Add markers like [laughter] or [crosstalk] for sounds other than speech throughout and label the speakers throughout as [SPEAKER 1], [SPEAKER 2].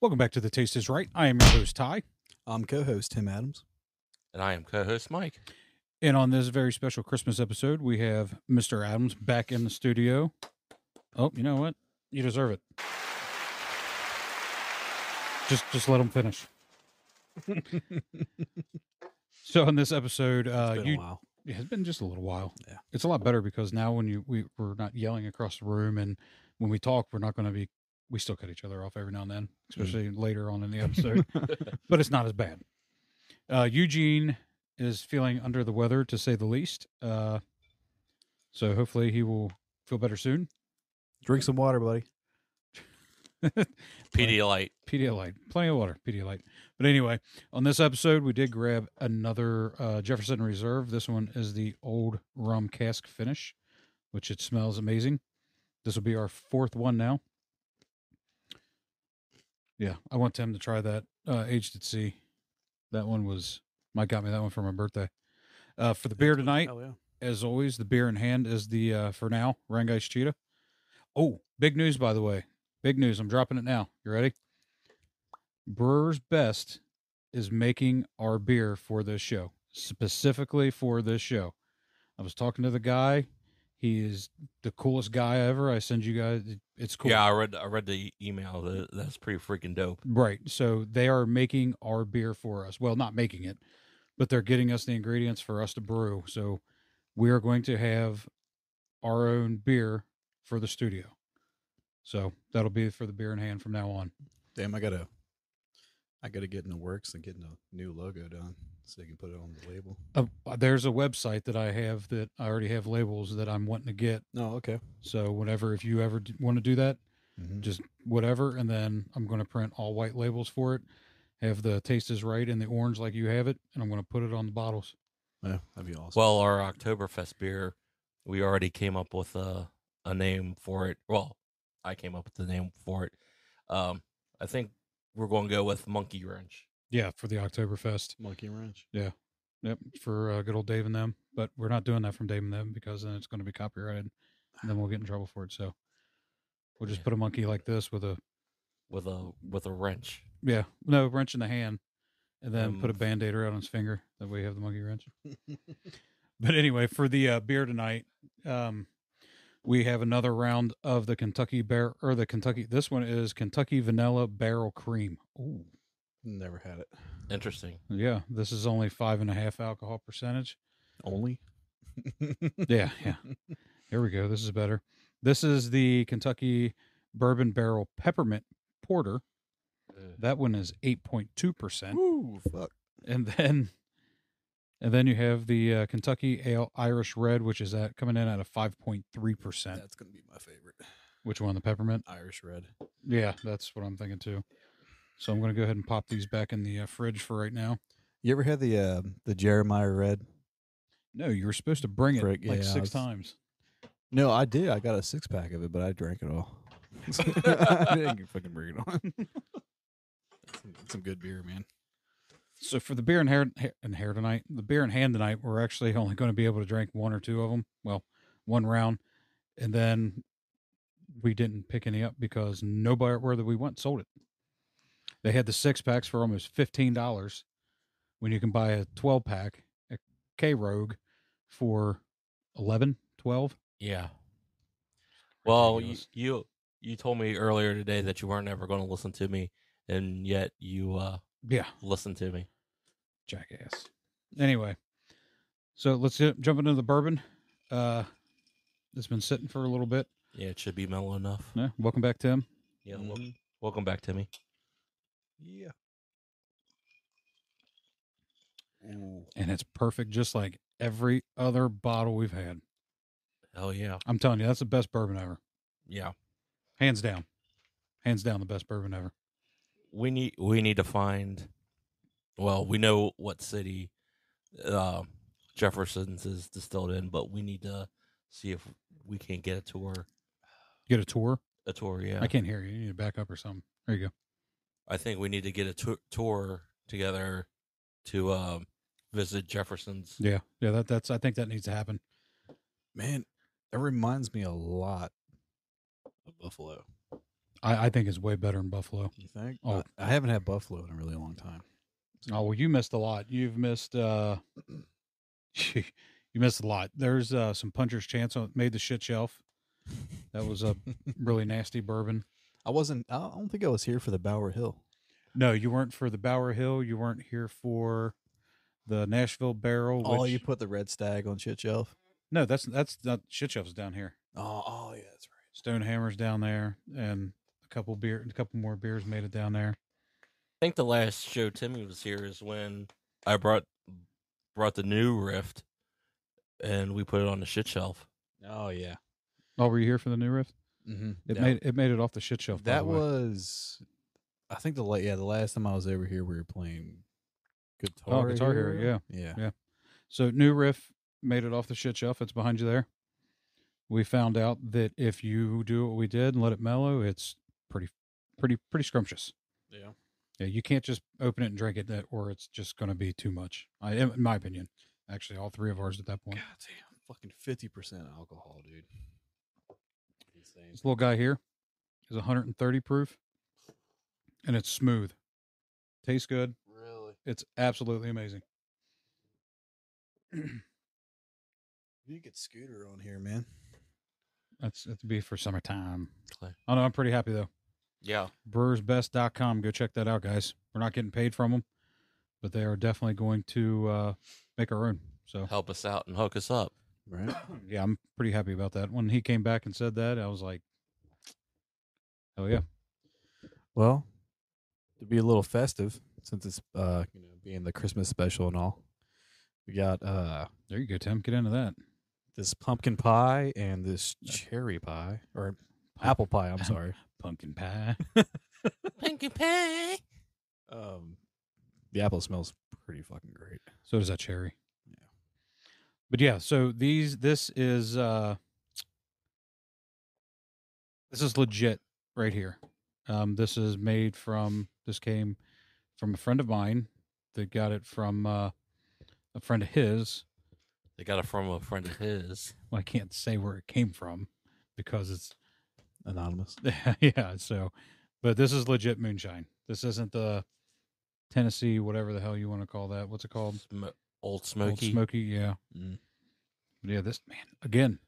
[SPEAKER 1] Welcome back to The Taste is Right. I am your host, Ty.
[SPEAKER 2] I'm co-host Tim Adams.
[SPEAKER 3] And I am co host Mike.
[SPEAKER 1] And on this very special Christmas episode, we have Mr. Adams back in the studio. Oh, you know what? You deserve it. Just just let him
[SPEAKER 2] [laughs]
[SPEAKER 1] finish. so on this episode, uh,
[SPEAKER 2] it's been a
[SPEAKER 1] you
[SPEAKER 2] while.
[SPEAKER 1] yeah, it's been just a little while.
[SPEAKER 2] Yeah.
[SPEAKER 1] It's a lot better because now when you we, we're not yelling across the room and when we talk, we're not going to be we still cut each other off every now and then, especially later on in the episode. but it's not as bad. Uh, Eugene is feeling under the weather to say the least. Uh, so hopefully he will feel better soon.
[SPEAKER 2] Drink some water, buddy.
[SPEAKER 3] Pedialyte.
[SPEAKER 1] Pedialyte, plenty of water, Pedialyte. But anyway, on this episode, we did grab another uh, Jefferson Reserve. This one is the old rum cask finish, which it smells amazing. This will be our fourth one now. Yeah, I want Tim to try that uh, aged at sea. That one was Mike got me that one for my birthday. Uh, for the beer tonight,
[SPEAKER 2] Hell yeah.
[SPEAKER 1] as always, the beer in hand is the uh, for now Rangai's Cheetah. Oh, big news by the way, big news! I'm dropping it now. You ready? Brewers Best is making our beer for this show, specifically for this show. I was talking to the guy. He is the coolest guy ever. I send you guys. It's cool.
[SPEAKER 3] Yeah, I read I read the email. That, that's pretty freaking dope.
[SPEAKER 1] Right. So they are making our beer for us. Well, not making it, but they're getting us the ingredients for us to brew. So we are going to have our own beer for the studio. So that'll be for the beer in hand from now on.
[SPEAKER 2] Damn, I gotta, I gotta get in the works and getting a new logo done so they can put it on the label.
[SPEAKER 1] Uh, there's a website that I have that I already have labels that I'm wanting to get.
[SPEAKER 2] No, Oh, okay.
[SPEAKER 1] So whenever, if you ever want to do that,
[SPEAKER 2] Mhm.
[SPEAKER 1] just whatever and then i'm going to print all white labels for it have the taste is right and the orange like you have it and i'm going to put it on the bottles
[SPEAKER 2] Yeah, that'd be awesome.
[SPEAKER 3] Well, our Oktoberfest beer, we already came up with a, a name for it. Well, I came up with the name for it. Um, I think we're going to go with Monkey Wrench.
[SPEAKER 1] yeah for the oktoberfest
[SPEAKER 2] Monkey Ranch.
[SPEAKER 1] yep for uh, good old dave and them but we're not doing that from dave and them because then it's going to be copyrighted and then we'll get in trouble for it so we'll just
[SPEAKER 3] Yeah.
[SPEAKER 1] put a monkey like this with a
[SPEAKER 3] with a with a wrench.
[SPEAKER 1] yeah no wrench in the hand and then put a
[SPEAKER 3] Um,
[SPEAKER 1] band-aid around his finger that way you have the monkey wrench But anyway, for the uh, beer tonight, um, we have another round of the Kentucky Bear or the Kentucky. This one is Kentucky Vanilla Barrel Cream. Ooh,
[SPEAKER 2] Never had it.
[SPEAKER 3] Interesting.
[SPEAKER 1] yeah. This is only five and a half alcohol percentage.
[SPEAKER 2] [laughs] Only.
[SPEAKER 1] Yeah, yeah. Here we go. This is better. This is the Kentucky Bourbon Barrel Peppermint Porter. That one is eight point two percent,
[SPEAKER 2] Ooh, fuck.
[SPEAKER 1] and then. And then you have the uh, Kentucky Ale Irish Red, which is at coming in at a five point three percent.
[SPEAKER 2] That's gonna be my favorite.
[SPEAKER 1] Which one, the peppermint?
[SPEAKER 2] Irish red.
[SPEAKER 1] Yeah, that's what I'm thinking too. So I'm going to go ahead and pop these back in the uh, fridge for right now.
[SPEAKER 2] You ever had the uh, the Jeremiah red?
[SPEAKER 1] No, you were supposed to bring it
[SPEAKER 2] Break-
[SPEAKER 1] like
[SPEAKER 2] yeah, I
[SPEAKER 1] six
[SPEAKER 2] was-
[SPEAKER 1] times.
[SPEAKER 2] No, I did. I got a six pack of it, but I drank it all. [laughs] I didn't fucking bring it on. some, some good beer, man.
[SPEAKER 1] So for the beer and hair and hair tonight, the beer in hand tonight, we're actually only going to be able to drink one or two of them. Well, one round, and then we didn't pick any up because nobody where that we went sold it. They had the six packs for almost fifteen dollars, when you can buy a twelve pack, a K Rogue, for 11 12
[SPEAKER 3] Yeah. Well, you,
[SPEAKER 1] Ridiculous.
[SPEAKER 3] you you told me earlier today that you weren't ever going to listen to me, and yet you uh
[SPEAKER 1] Yeah,
[SPEAKER 3] listened to me.
[SPEAKER 1] jackass. Anyway, so let's get, jump into the bourbon. Uh, it's been sitting for a little bit.
[SPEAKER 3] Yeah, it should be mellow enough.
[SPEAKER 1] Yeah, welcome back, Tim.
[SPEAKER 3] Yeah. wel- welcome back, Timmy.
[SPEAKER 2] Yeah.
[SPEAKER 1] And it's perfect, just like every other bottle we've had.
[SPEAKER 3] Oh yeah.
[SPEAKER 1] I'm telling you, that's the best bourbon ever,
[SPEAKER 3] Yeah.
[SPEAKER 1] hands down, hands down, the best bourbon ever.
[SPEAKER 3] We need we need to find. Well, we know what city uh, Jefferson's is distilled in, but we need to see if we can get a tour.
[SPEAKER 1] Get a tour.
[SPEAKER 3] A tour, yeah.
[SPEAKER 1] I can't hear you. You need to back up or something. There you go.
[SPEAKER 3] I think we need to get a tou- tour together to um, visit Jefferson's.
[SPEAKER 1] Yeah, yeah. That that's. I think that needs to happen.
[SPEAKER 2] Man, that reminds me a lot of Buffalo.
[SPEAKER 1] I, I think it's way better in Buffalo.
[SPEAKER 2] You think?
[SPEAKER 1] Oh.
[SPEAKER 2] Oh, I, I haven't had buffalo in a really long time.
[SPEAKER 1] Oh well, you missed a lot. You've missed uh, [laughs] you missed a lot. There's uh, some puncher's chance on made the shit shelf. That was a really nasty bourbon.
[SPEAKER 2] [laughs] I wasn't. I don't think I was here for the Bower Hill.
[SPEAKER 1] No, you weren't for the Bower Hill. You weren't here for the Nashville Barrel.
[SPEAKER 2] Oh,
[SPEAKER 1] which-
[SPEAKER 2] you put the red stag on shit shelf.
[SPEAKER 1] no, that's that's not shit shelf's down here.
[SPEAKER 2] Oh, oh yeah, that's right.
[SPEAKER 1] Stonehammer's down there, and a couple beer, a couple more beers made it down there.
[SPEAKER 3] I think the last show Timmy was here is when I brought brought the new Rift, and we put it on the shit shelf.
[SPEAKER 2] Oh yeah.
[SPEAKER 1] Oh, were you here for the new rift?
[SPEAKER 2] Mm-hmm.
[SPEAKER 1] It made it made it off the shit shelf. by
[SPEAKER 2] that
[SPEAKER 1] the way.
[SPEAKER 2] was. I think the la- yeah the last time I was over here we were playing
[SPEAKER 1] oh
[SPEAKER 2] guitar.
[SPEAKER 1] Guitar Hero. Yeah.
[SPEAKER 2] Yeah.
[SPEAKER 1] So new riff made it off the shit shelf. It's behind you there. We found out that if you do what we did and let it mellow, it's pretty, pretty, pretty scrumptious.
[SPEAKER 2] Yeah.
[SPEAKER 1] Yeah, you can't just open it and drink it, that, or it's just going to be too much. I, in my opinion, actually, all three of ours at that point.
[SPEAKER 2] God damn, fucking fifty percent alcohol, dude. Insane.
[SPEAKER 1] This little guy here is 130 proof, and it's smooth. Tastes good.
[SPEAKER 2] Really?
[SPEAKER 1] It's absolutely amazing.
[SPEAKER 2] You get Scooter on here, man.
[SPEAKER 1] That's that'd be for summertime.
[SPEAKER 3] Okay.
[SPEAKER 1] I know. I'm pretty happy though.
[SPEAKER 3] Yeah,
[SPEAKER 1] brewersbest.com. Go check that out, guys. We're not getting paid from them, but they are definitely going to uh, make our own. So, [coughs]
[SPEAKER 3] help us out and hook us up.
[SPEAKER 2] Right?
[SPEAKER 1] yeah, I'm pretty happy about that. When he came back and said that, I was like, oh, yeah.
[SPEAKER 2] [clears throat] Well, to be a little festive, since it's uh you know being the Christmas special and all, we got uh
[SPEAKER 1] There you go, Tim. Get into that.
[SPEAKER 2] this pumpkin pie and this cherry pie or apple pie. I'm [laughs] sorry.
[SPEAKER 1] Pumpkin pie.
[SPEAKER 3] Pinkie Pie.
[SPEAKER 2] Um, the apple smells pretty fucking great.
[SPEAKER 1] So does that cherry.
[SPEAKER 2] Yeah.
[SPEAKER 1] But yeah, so these this is uh this is legit right here. Um this is made from this came from a friend of mine that got it from uh a friend of his.
[SPEAKER 3] They got it from a friend of his.
[SPEAKER 1] Well, I can't say where it came from because it's [laughs]
[SPEAKER 2] Anonymous.
[SPEAKER 1] yeah, so but this is legit moonshine. This isn't the Tennessee whatever the hell you want to call that. What's it called?
[SPEAKER 3] Sm- old
[SPEAKER 1] Old
[SPEAKER 3] Smoky.
[SPEAKER 1] Smoky, yeah.
[SPEAKER 2] Mm.
[SPEAKER 1] But yeah, this man again.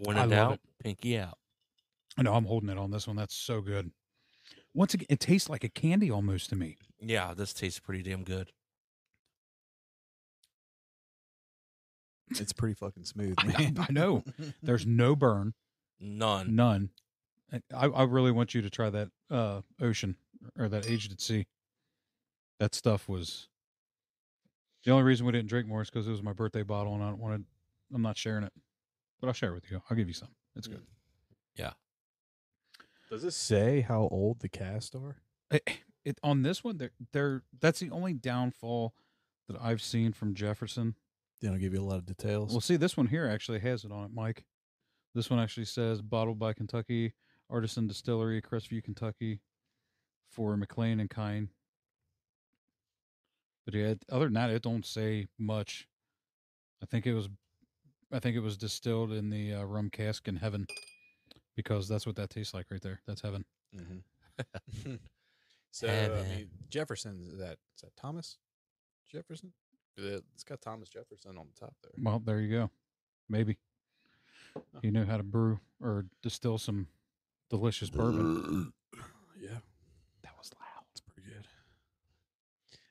[SPEAKER 3] When
[SPEAKER 1] I
[SPEAKER 3] in
[SPEAKER 1] love
[SPEAKER 3] doubt, pinky out.
[SPEAKER 1] I know I'm holding it on this one. That's so good. Once again, it tastes like a candy almost to me.
[SPEAKER 3] Yeah, this tastes pretty damn good.
[SPEAKER 2] It's pretty fucking [laughs] smooth,
[SPEAKER 1] I,
[SPEAKER 2] man.
[SPEAKER 1] I know there's no burn,
[SPEAKER 3] None.
[SPEAKER 1] none. I, I really want you to try that uh, ocean or that aged at sea. That stuff was the only reason we didn't drink more is because it was my birthday bottle and I don't want to. I'm not sharing it, but I'll share it with you. I'll give you some. It's good.
[SPEAKER 2] Does this say how old the cast are?
[SPEAKER 1] it, Eh, it on this one there there that's the only downfall that I've seen from Jefferson.
[SPEAKER 2] They don't give you a lot of details.
[SPEAKER 1] Well, see, this one here actually has it on it, Mike. This one actually says bottled by Kentucky Artisan Distillery, Crestview, Kentucky, for McLean and Kine. But yeah, it- other than that, it don't say much. I think it was, I think it was distilled in the uh, rum cask in heaven, because that's what that tastes like right there. That's heaven.
[SPEAKER 2] Mm-hmm. [laughs] so
[SPEAKER 3] Heaven.
[SPEAKER 2] I mean, Jefferson is that is that Thomas Jefferson? Uh, It's got Thomas Jefferson on the top there.
[SPEAKER 1] Well, there you go. Maybe he knew how to brew or distill some delicious bourbon.
[SPEAKER 2] [clears throat] yeah,
[SPEAKER 1] That was loud.
[SPEAKER 2] it's pretty good.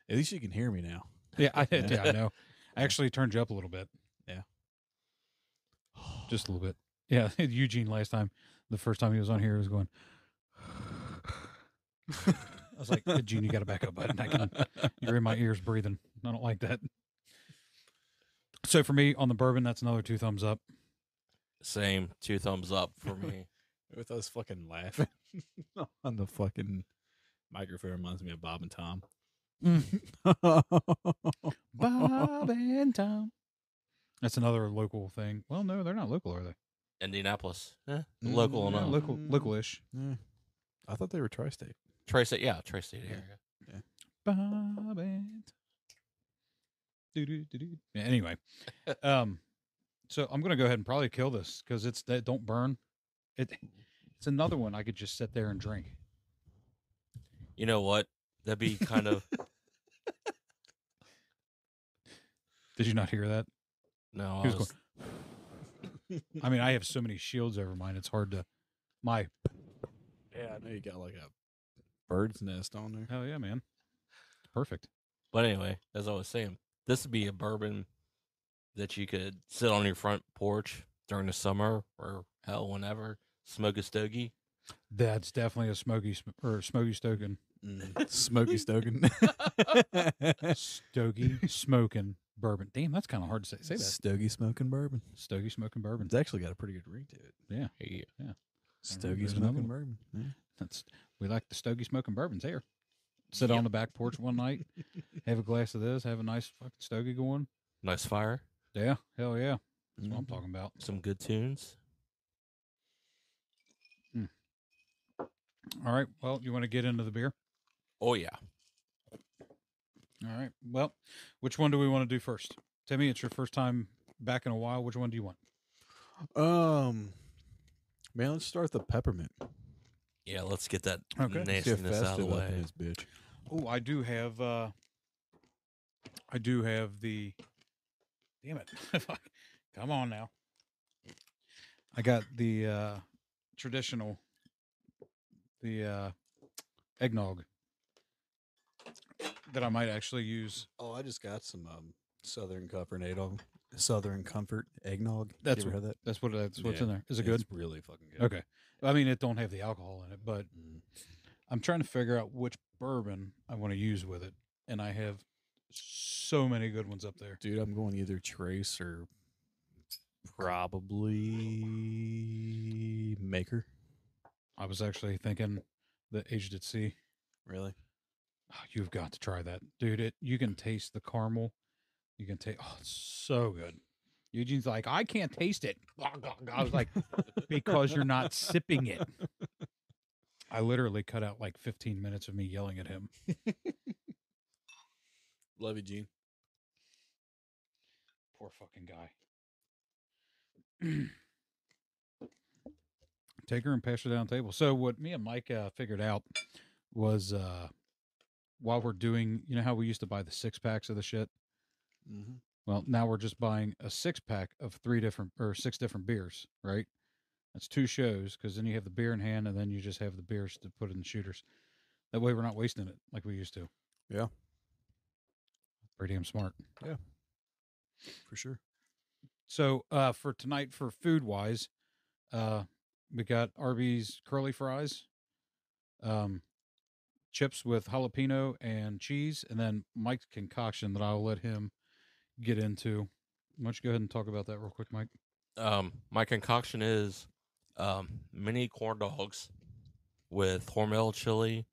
[SPEAKER 2] At least you can hear me now.
[SPEAKER 1] Yeah, I, yeah, I know. uh, I actually turned you up a little bit,
[SPEAKER 2] Just
[SPEAKER 1] just a little bit. Yeah, [laughs] Eugene last time, the first time he was on here, he was going. [sighs] I was [laughs] like, Eugene, you got to back up, bud. I can, you're in my ears breathing. I don't like that. So for me on the bourbon, that's another two thumbs up.
[SPEAKER 3] Same. Two thumbs up for me.
[SPEAKER 2] [laughs]
[SPEAKER 1] [laughs]
[SPEAKER 2] with us fucking laughing [laughs] on the fucking microphone reminds me of Bob and Tom.
[SPEAKER 1] Mm. Bob and Tom. That's another local thing. Well, no, they're not local, are they?
[SPEAKER 3] Indianapolis. Eh,
[SPEAKER 2] Mm,
[SPEAKER 3] local
[SPEAKER 2] Well,
[SPEAKER 1] Yeah,
[SPEAKER 3] enough.
[SPEAKER 2] no.
[SPEAKER 1] local,
[SPEAKER 2] Mm.
[SPEAKER 1] localish.
[SPEAKER 2] Yeah. [laughs] I thought they were tri-state.
[SPEAKER 3] Tri State. Yeah, Tri State
[SPEAKER 2] Yeah.
[SPEAKER 3] area.
[SPEAKER 1] Bob and. Doo-doo-doo-doo. Yeah, Anyway, um, So I'm gonna go ahead and probably kill this because it's that don't burn. It it's another one I could just sit there and drink.
[SPEAKER 3] You know what? That'd be kind
[SPEAKER 1] [laughs]
[SPEAKER 3] of
[SPEAKER 1] Did you not hear that?
[SPEAKER 3] no. I
[SPEAKER 1] He was
[SPEAKER 3] was-
[SPEAKER 1] I mean, I have so many shields over mine. It's hard to. My
[SPEAKER 2] Yeah, I know you got like a bird's nest on there.
[SPEAKER 1] hell yeah, man. Perfect.
[SPEAKER 3] but anyway, as I was saying, this would be a bourbon that you could sit on your front porch during the summer or hell whenever, smoke a stogie.
[SPEAKER 1] That's definitely a smoky sm- or smoky stoking,
[SPEAKER 2] Mm-hmm. [laughs] Smoky [laughs] Stogan.
[SPEAKER 1] stogie smoking bourbon. Damn, that's kind of hard to say. Say that.
[SPEAKER 2] Stogie smoking bourbon.
[SPEAKER 1] Stogie smoking bourbon.
[SPEAKER 2] It's actually got a pretty good ring to it.
[SPEAKER 3] Yeah.
[SPEAKER 2] Stogie
[SPEAKER 1] there's another
[SPEAKER 2] smoking
[SPEAKER 1] one.
[SPEAKER 2] bourbon. Yeah.
[SPEAKER 1] That's we like the stogie smoking bourbons here. Sit on the back porch one night, have a glass of this, have a nice fucking stogie going.
[SPEAKER 3] Nice fire,
[SPEAKER 1] Yeah, hell yeah. That's what I'm
[SPEAKER 2] Mhm.
[SPEAKER 1] talking about.
[SPEAKER 3] some good tunes.
[SPEAKER 1] All right. Well, you want to get into the beer?
[SPEAKER 3] Oh yeah.
[SPEAKER 1] All right. Well, which one do we want to do first? Timmy, it's your first time back in a while. Which one do you want?
[SPEAKER 2] Um, man, let's start with the peppermint.
[SPEAKER 3] Yeah, let's get that
[SPEAKER 1] Okay. Let's
[SPEAKER 2] Let's get
[SPEAKER 3] nastiness out of
[SPEAKER 2] festive
[SPEAKER 3] the
[SPEAKER 2] up in
[SPEAKER 3] way.
[SPEAKER 2] this bitch.
[SPEAKER 1] Oh, I do have uh I do have the damn it. [laughs] Come on now. I got the uh traditional the uh eggnog that I might actually use.
[SPEAKER 2] Oh, I just got some um, Southern Comfort eggnog. Southern Comfort eggnog.
[SPEAKER 1] That's
[SPEAKER 2] you ever had that.
[SPEAKER 1] That's what that's what's
[SPEAKER 2] Yeah.
[SPEAKER 1] in there. Is it good?
[SPEAKER 2] It's really fucking good.
[SPEAKER 1] Okay. I mean it don't have the alcohol in it, but
[SPEAKER 2] Mm.
[SPEAKER 1] I'm trying to figure out which bourbon I want to use with it. And I have so many good ones up there.
[SPEAKER 2] Dude, I'm going either Trace or probably Maker.
[SPEAKER 1] I was actually thinking the aged at sea.
[SPEAKER 2] Really?
[SPEAKER 1] Oh, you've got to try that, dude. It you can taste the caramel. You can taste. Oh, it's so good. Eugene's like, I can't taste it. [laughs] Gah, gah, gah." I was
[SPEAKER 2] [laughs]
[SPEAKER 1] like, because you're not sipping it. I literally cut out like 15 minutes of me yelling at him.
[SPEAKER 2] Love you, Gene.
[SPEAKER 1] Poor fucking guy. [clears throat] Take her and pass her down the table. So what me and Mike uh, figured out was uh, while we're doing, you know how we used to buy the six packs of the shit.
[SPEAKER 2] Mm-hmm.
[SPEAKER 1] Well, now we're just buying a six pack of three different or six different beers, right? That's two shows because then you have the beer in hand and then you just have the beers to put in the shooters. That way we're not wasting it like we used to.
[SPEAKER 2] Yeah.
[SPEAKER 1] Pretty damn smart.
[SPEAKER 2] For sure.
[SPEAKER 1] So uh, for tonight, for food wise, uh, we got Arby's curly fries, um, chips with jalapeno and cheese, and then Mike's concoction that I'll let him get into. Why don't you go ahead and talk about that real quick, Mike?
[SPEAKER 3] um, my concoction is um, mini corn dogs with Hormel chili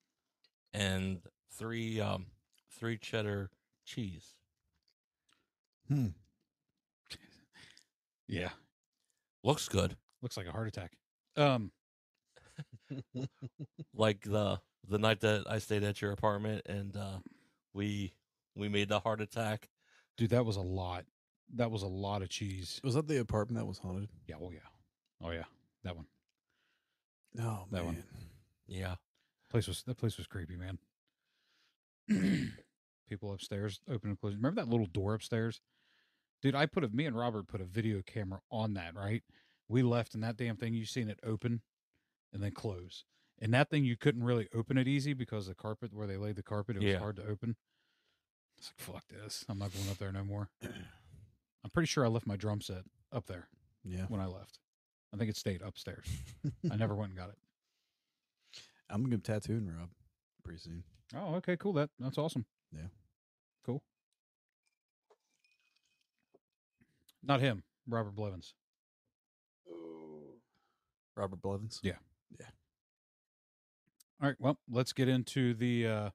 [SPEAKER 3] and three um, three cheddar cheese.
[SPEAKER 1] Yeah,
[SPEAKER 3] Looks good,
[SPEAKER 1] looks like a heart attack. Um,
[SPEAKER 3] like the the night that I stayed at your apartment and uh, we we made the heart attack.
[SPEAKER 1] dude, that was a lot. That was a lot of cheese.
[SPEAKER 2] Was that the apartment that was haunted?
[SPEAKER 1] Yeah, oh yeah, oh yeah, that one.
[SPEAKER 2] No,
[SPEAKER 1] That one.
[SPEAKER 3] Yeah,
[SPEAKER 1] Place was that place was creepy, man. [clears throat] People upstairs open and closing. Remember that little door upstairs? Dude, I put a me and Robert put a video camera on that, right? We left and that damn thing you seen it open and then close. And that thing you couldn't really open it easy because the carpet where they laid the carpet, it was
[SPEAKER 3] Yeah.
[SPEAKER 1] hard to open. It's like fuck this. I'm not going up there no more. I'm pretty sure I left my drum set up there
[SPEAKER 2] [clears throat] Yeah. [laughs]
[SPEAKER 1] when I left. I think it stayed upstairs. I never went and got it.
[SPEAKER 2] I'm going to get tattooing Rob pretty soon.
[SPEAKER 1] Oh, okay, cool. That that's awesome.
[SPEAKER 2] Yeah.
[SPEAKER 1] Cool. Not him, Robert Blevins.
[SPEAKER 2] Robert Blevins.
[SPEAKER 1] Yeah. All right, well, let's get into the uh,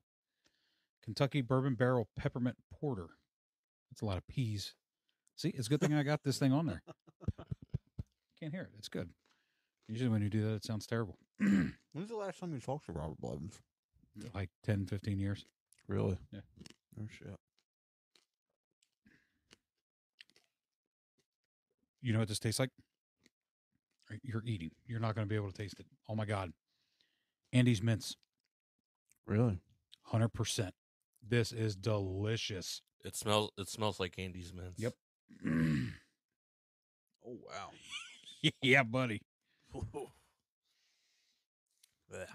[SPEAKER 1] Kentucky Bourbon Barrel Peppermint Porter. That's a lot of peas. See, it's a good thing I got this thing on
[SPEAKER 2] [laughs]
[SPEAKER 1] there. Can't hear it. It's good. Usually when you do that, it sounds terrible. [clears throat]
[SPEAKER 2] When's the last time you talked to Robert Blevins?
[SPEAKER 1] like 10, 15 years.
[SPEAKER 2] Really?
[SPEAKER 1] Yeah.
[SPEAKER 2] Oh, shit.
[SPEAKER 1] you know what this tastes like? Right, You're eating. You're not going to be able to taste it. Oh my God. Andy's mints,
[SPEAKER 2] Really?
[SPEAKER 1] 100%. This is delicious.
[SPEAKER 3] It smells. It smells like Andy's mints.
[SPEAKER 1] Yep.
[SPEAKER 2] Oh [laughs] wow.
[SPEAKER 1] yeah, buddy.
[SPEAKER 3] Yeah.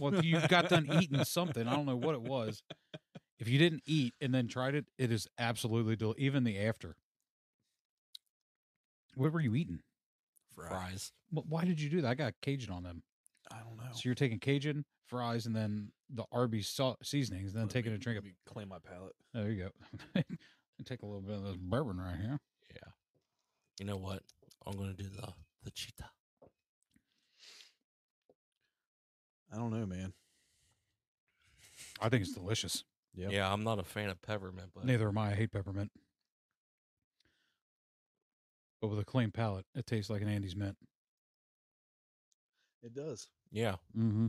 [SPEAKER 1] Well, if you got done eating something, I don't know what it was. If you didn't eat and then tried it, it is absolutely del- even the after. What were you eating?
[SPEAKER 3] Fries.
[SPEAKER 1] Wh- Why did you do that? I got Cajun on them.
[SPEAKER 2] I don't know.
[SPEAKER 1] So you're taking Cajun fries and then the Arby's sau- seasonings, then taking a drink of.
[SPEAKER 2] Clean my palate.
[SPEAKER 1] There you go. [laughs] Take a little bit of this bourbon right here.
[SPEAKER 3] Yeah. You know what? I'm gonna do the the cheetah.
[SPEAKER 2] I don't know, man.
[SPEAKER 1] I think it's delicious.
[SPEAKER 2] Yep.
[SPEAKER 3] Yeah, I'm not a fan of peppermint, but
[SPEAKER 1] Neither am I. I hate peppermint. But with a clean palate, it tastes like an Andy's mint.
[SPEAKER 2] It does.
[SPEAKER 3] yeah,
[SPEAKER 1] Mm-hmm.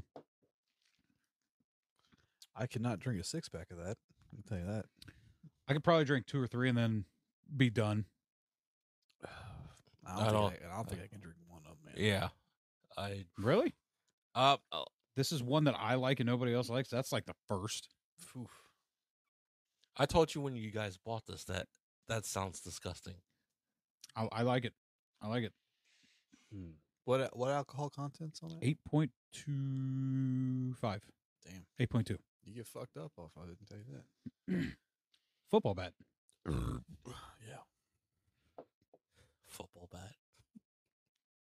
[SPEAKER 2] I could not drink a six pack of that. I'll tell you [sighs] that.
[SPEAKER 1] I could probably drink two or three and then be done.
[SPEAKER 2] I don't,
[SPEAKER 3] don't-
[SPEAKER 2] think, I, I don't think I can drink one of them, man.
[SPEAKER 3] yeah. I
[SPEAKER 1] Really?
[SPEAKER 3] uh, uh
[SPEAKER 1] This is one that I like and nobody else likes. That's like the first.
[SPEAKER 2] Oof.
[SPEAKER 3] I told you when you guys bought this that that sounds disgusting.
[SPEAKER 1] I, I like it. I like it.
[SPEAKER 2] What uh, what alcohol contents on that?
[SPEAKER 1] Eight point two five.
[SPEAKER 2] Damn.
[SPEAKER 1] Eight point two.
[SPEAKER 2] You get fucked up off. I didn't tell you that.
[SPEAKER 1] Football bat.
[SPEAKER 2] yeah.
[SPEAKER 3] Football bat.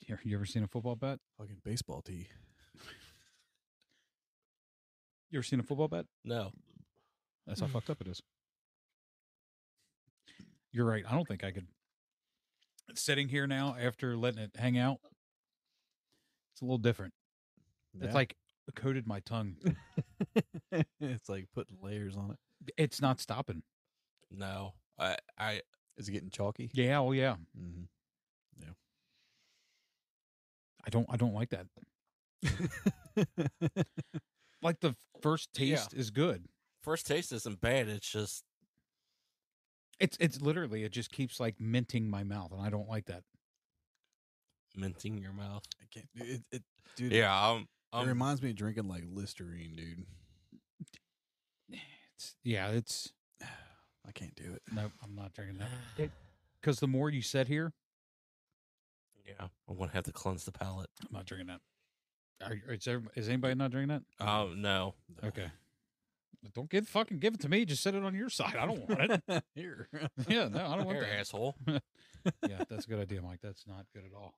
[SPEAKER 1] You you ever seen a football bat?
[SPEAKER 2] Fucking baseball tee.
[SPEAKER 1] You ever seen a football bat?
[SPEAKER 3] No,
[SPEAKER 1] That's how fucked up it is. You're right. I don't think I could. Sitting here now after letting it hang out, it's a little different.
[SPEAKER 2] Yeah.
[SPEAKER 1] It's like coated my tongue.
[SPEAKER 2] [laughs] it's like putting layers on it.
[SPEAKER 1] It's not stopping.
[SPEAKER 3] no. I I
[SPEAKER 2] Is it getting chalky?
[SPEAKER 1] Yeah. Oh yeah.
[SPEAKER 2] [laughs] Mm-hmm.
[SPEAKER 1] I don't. I don't like that. Like the first
[SPEAKER 3] Yeah.
[SPEAKER 1] taste is good.
[SPEAKER 3] first taste isn't bad. It's just
[SPEAKER 1] It's it's literally it just keeps like minting my mouth, and I don't like that.
[SPEAKER 3] minting your mouth.
[SPEAKER 2] I can't. do It, it, dude.
[SPEAKER 3] Yeah, um I'm.
[SPEAKER 2] It
[SPEAKER 3] [sighs] I'm
[SPEAKER 2] reminds me of drinking like Listerine, dude.
[SPEAKER 1] It's yeah. It's
[SPEAKER 2] I can't do it.
[SPEAKER 1] no. I'm not drinking that because the more you sit here,
[SPEAKER 3] yeah, I'm gonna have to cleanse the palate.
[SPEAKER 1] I'm not drinking that. Are, you- is, everyb- is anybody not drinking that?
[SPEAKER 3] Oh no,
[SPEAKER 2] [laughs]
[SPEAKER 1] Okay. But don't give fucking give it to me. Just set it on your side. I don't want it.
[SPEAKER 2] it. Here.
[SPEAKER 1] [laughs]
[SPEAKER 2] [laughs]
[SPEAKER 1] Yeah, no, I don't want
[SPEAKER 3] Here,
[SPEAKER 1] that.
[SPEAKER 3] asshole.
[SPEAKER 1] Yeah, that's a good idea, Mike. That's not good at all.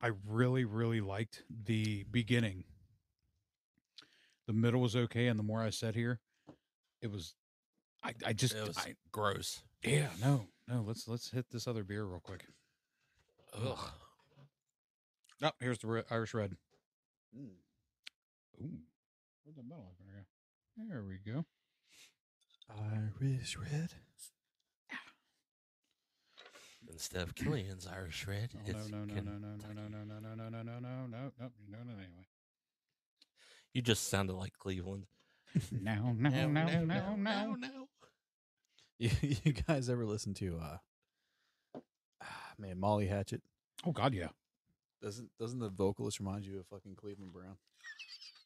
[SPEAKER 1] I really, really liked the beginning. The middle was okay, and the more I sat here, it was. I, I [laughs] just,
[SPEAKER 3] It was
[SPEAKER 1] I,
[SPEAKER 3] gross.
[SPEAKER 1] yeah, no, no. Let's let's hit this other beer real quick.
[SPEAKER 3] Ugh.
[SPEAKER 1] Oh, here's the re- Irish Red.
[SPEAKER 2] Mm.
[SPEAKER 1] Ooh, where'd the bottle opener go? There we go.
[SPEAKER 2] Irish red.
[SPEAKER 3] Instead of Killian's Irish Red,
[SPEAKER 1] Oh,
[SPEAKER 3] it's
[SPEAKER 1] no, no, no,
[SPEAKER 3] Ken-
[SPEAKER 1] no, no, no, no, no, no, no, no, no, no, no, no, no, no, no, anyway.
[SPEAKER 3] You just sounded like Cleveland.
[SPEAKER 1] No, no, no, no, no, no.
[SPEAKER 3] no.
[SPEAKER 2] [laughs] You, you guys ever listen to uh ah, man, Molly Hatchet?
[SPEAKER 1] Oh, God, [laughs] yeah.
[SPEAKER 2] Doesn't doesn't the vocalist remind you of fucking Cleveland Brown?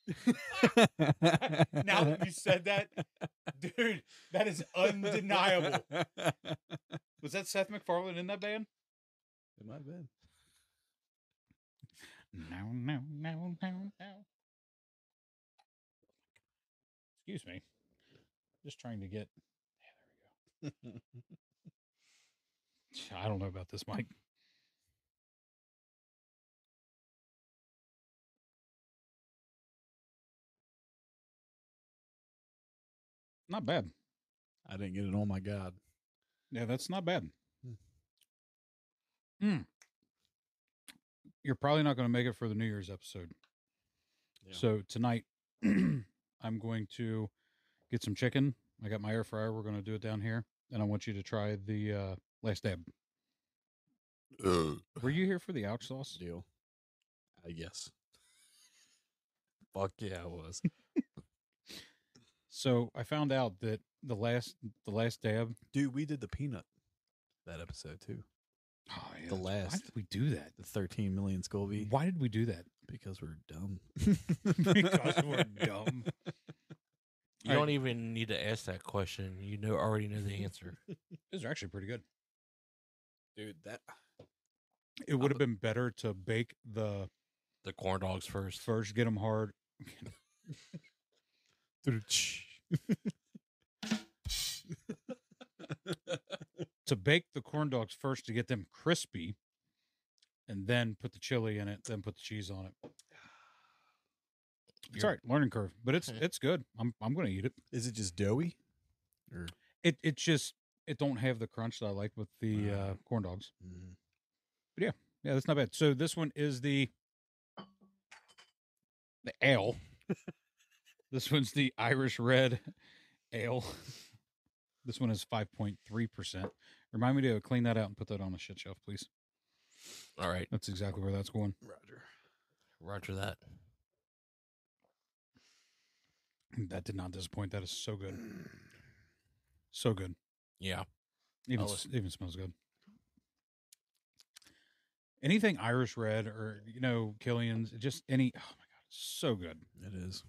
[SPEAKER 4] [laughs] Now that you said that,
[SPEAKER 2] [laughs]
[SPEAKER 4] dude, that
[SPEAKER 1] [laughs]
[SPEAKER 4] is undeniable.
[SPEAKER 2] It
[SPEAKER 1] Was that Seth MacFarlane in that band?
[SPEAKER 2] might have been.
[SPEAKER 1] No, no, no, no, no. Excuse me. Just trying to get. Yeah, there we go. I don't know about this, Mike. Not bad.
[SPEAKER 2] I didn't get it. Oh my god.
[SPEAKER 1] Yeah, that's not bad.
[SPEAKER 2] Hmm.
[SPEAKER 1] Hmm. You're probably not going to make it for the New Year's episode.
[SPEAKER 2] Yeah.
[SPEAKER 1] So tonight, [clears throat] I'm going to get some chicken. I got my air fryer. We're going to do it down here, and I want you to try the uh, last dab. [sighs] Were you here for the ouch sauce?
[SPEAKER 2] Deal. I guess. Fuck yeah, I was.
[SPEAKER 1] So I found out that the last the last dab.
[SPEAKER 2] Dude, we did the peanut that episode too.
[SPEAKER 1] Oh, yeah,
[SPEAKER 2] The
[SPEAKER 1] that's- Why
[SPEAKER 2] last.
[SPEAKER 1] did we do that?
[SPEAKER 2] The 13 million Scoville.
[SPEAKER 1] Why did we do that?
[SPEAKER 2] Because we're dumb.
[SPEAKER 1] [laughs]
[SPEAKER 2] [laughs]
[SPEAKER 1] Because [laughs] we're dumb.
[SPEAKER 3] You
[SPEAKER 1] Alright.
[SPEAKER 3] don't even need to ask that question. You know already know
[SPEAKER 1] [laughs]
[SPEAKER 3] the answer.
[SPEAKER 1] These are actually pretty good.
[SPEAKER 2] Dude, that
[SPEAKER 1] It would have been better to bake the
[SPEAKER 3] the corn dogs first.
[SPEAKER 1] first, get them hard. To bake the corn dogs first to get them crispy, and then put the chili in it, then put the cheese on it. It's all
[SPEAKER 3] You're-
[SPEAKER 1] right, learning curve, but it's
[SPEAKER 3] Mhm.
[SPEAKER 1] it's good. I'm I'm gonna eat it.
[SPEAKER 2] [laughs] Is it just doughy?
[SPEAKER 1] It it just it don't have the crunch that I like with the
[SPEAKER 2] Ah.
[SPEAKER 1] uh, corn dogs.
[SPEAKER 2] Mm.
[SPEAKER 1] Yeah, that's not bad. So this one is the the ale. this one's the Irish Red Ale. This one is five point three percent. Remind me to clean that out and put that on a shit shelf, please.
[SPEAKER 3] All right,
[SPEAKER 1] That's exactly where that's going.
[SPEAKER 2] Roger.
[SPEAKER 3] Roger that.
[SPEAKER 1] That did not disappoint. That is so good, so good.
[SPEAKER 3] Yeah,
[SPEAKER 1] Even
[SPEAKER 3] I'll
[SPEAKER 1] s- even smells good. Anything Irish Red or you know Killian's, just any. Oh my god, it's so good.
[SPEAKER 2] It is.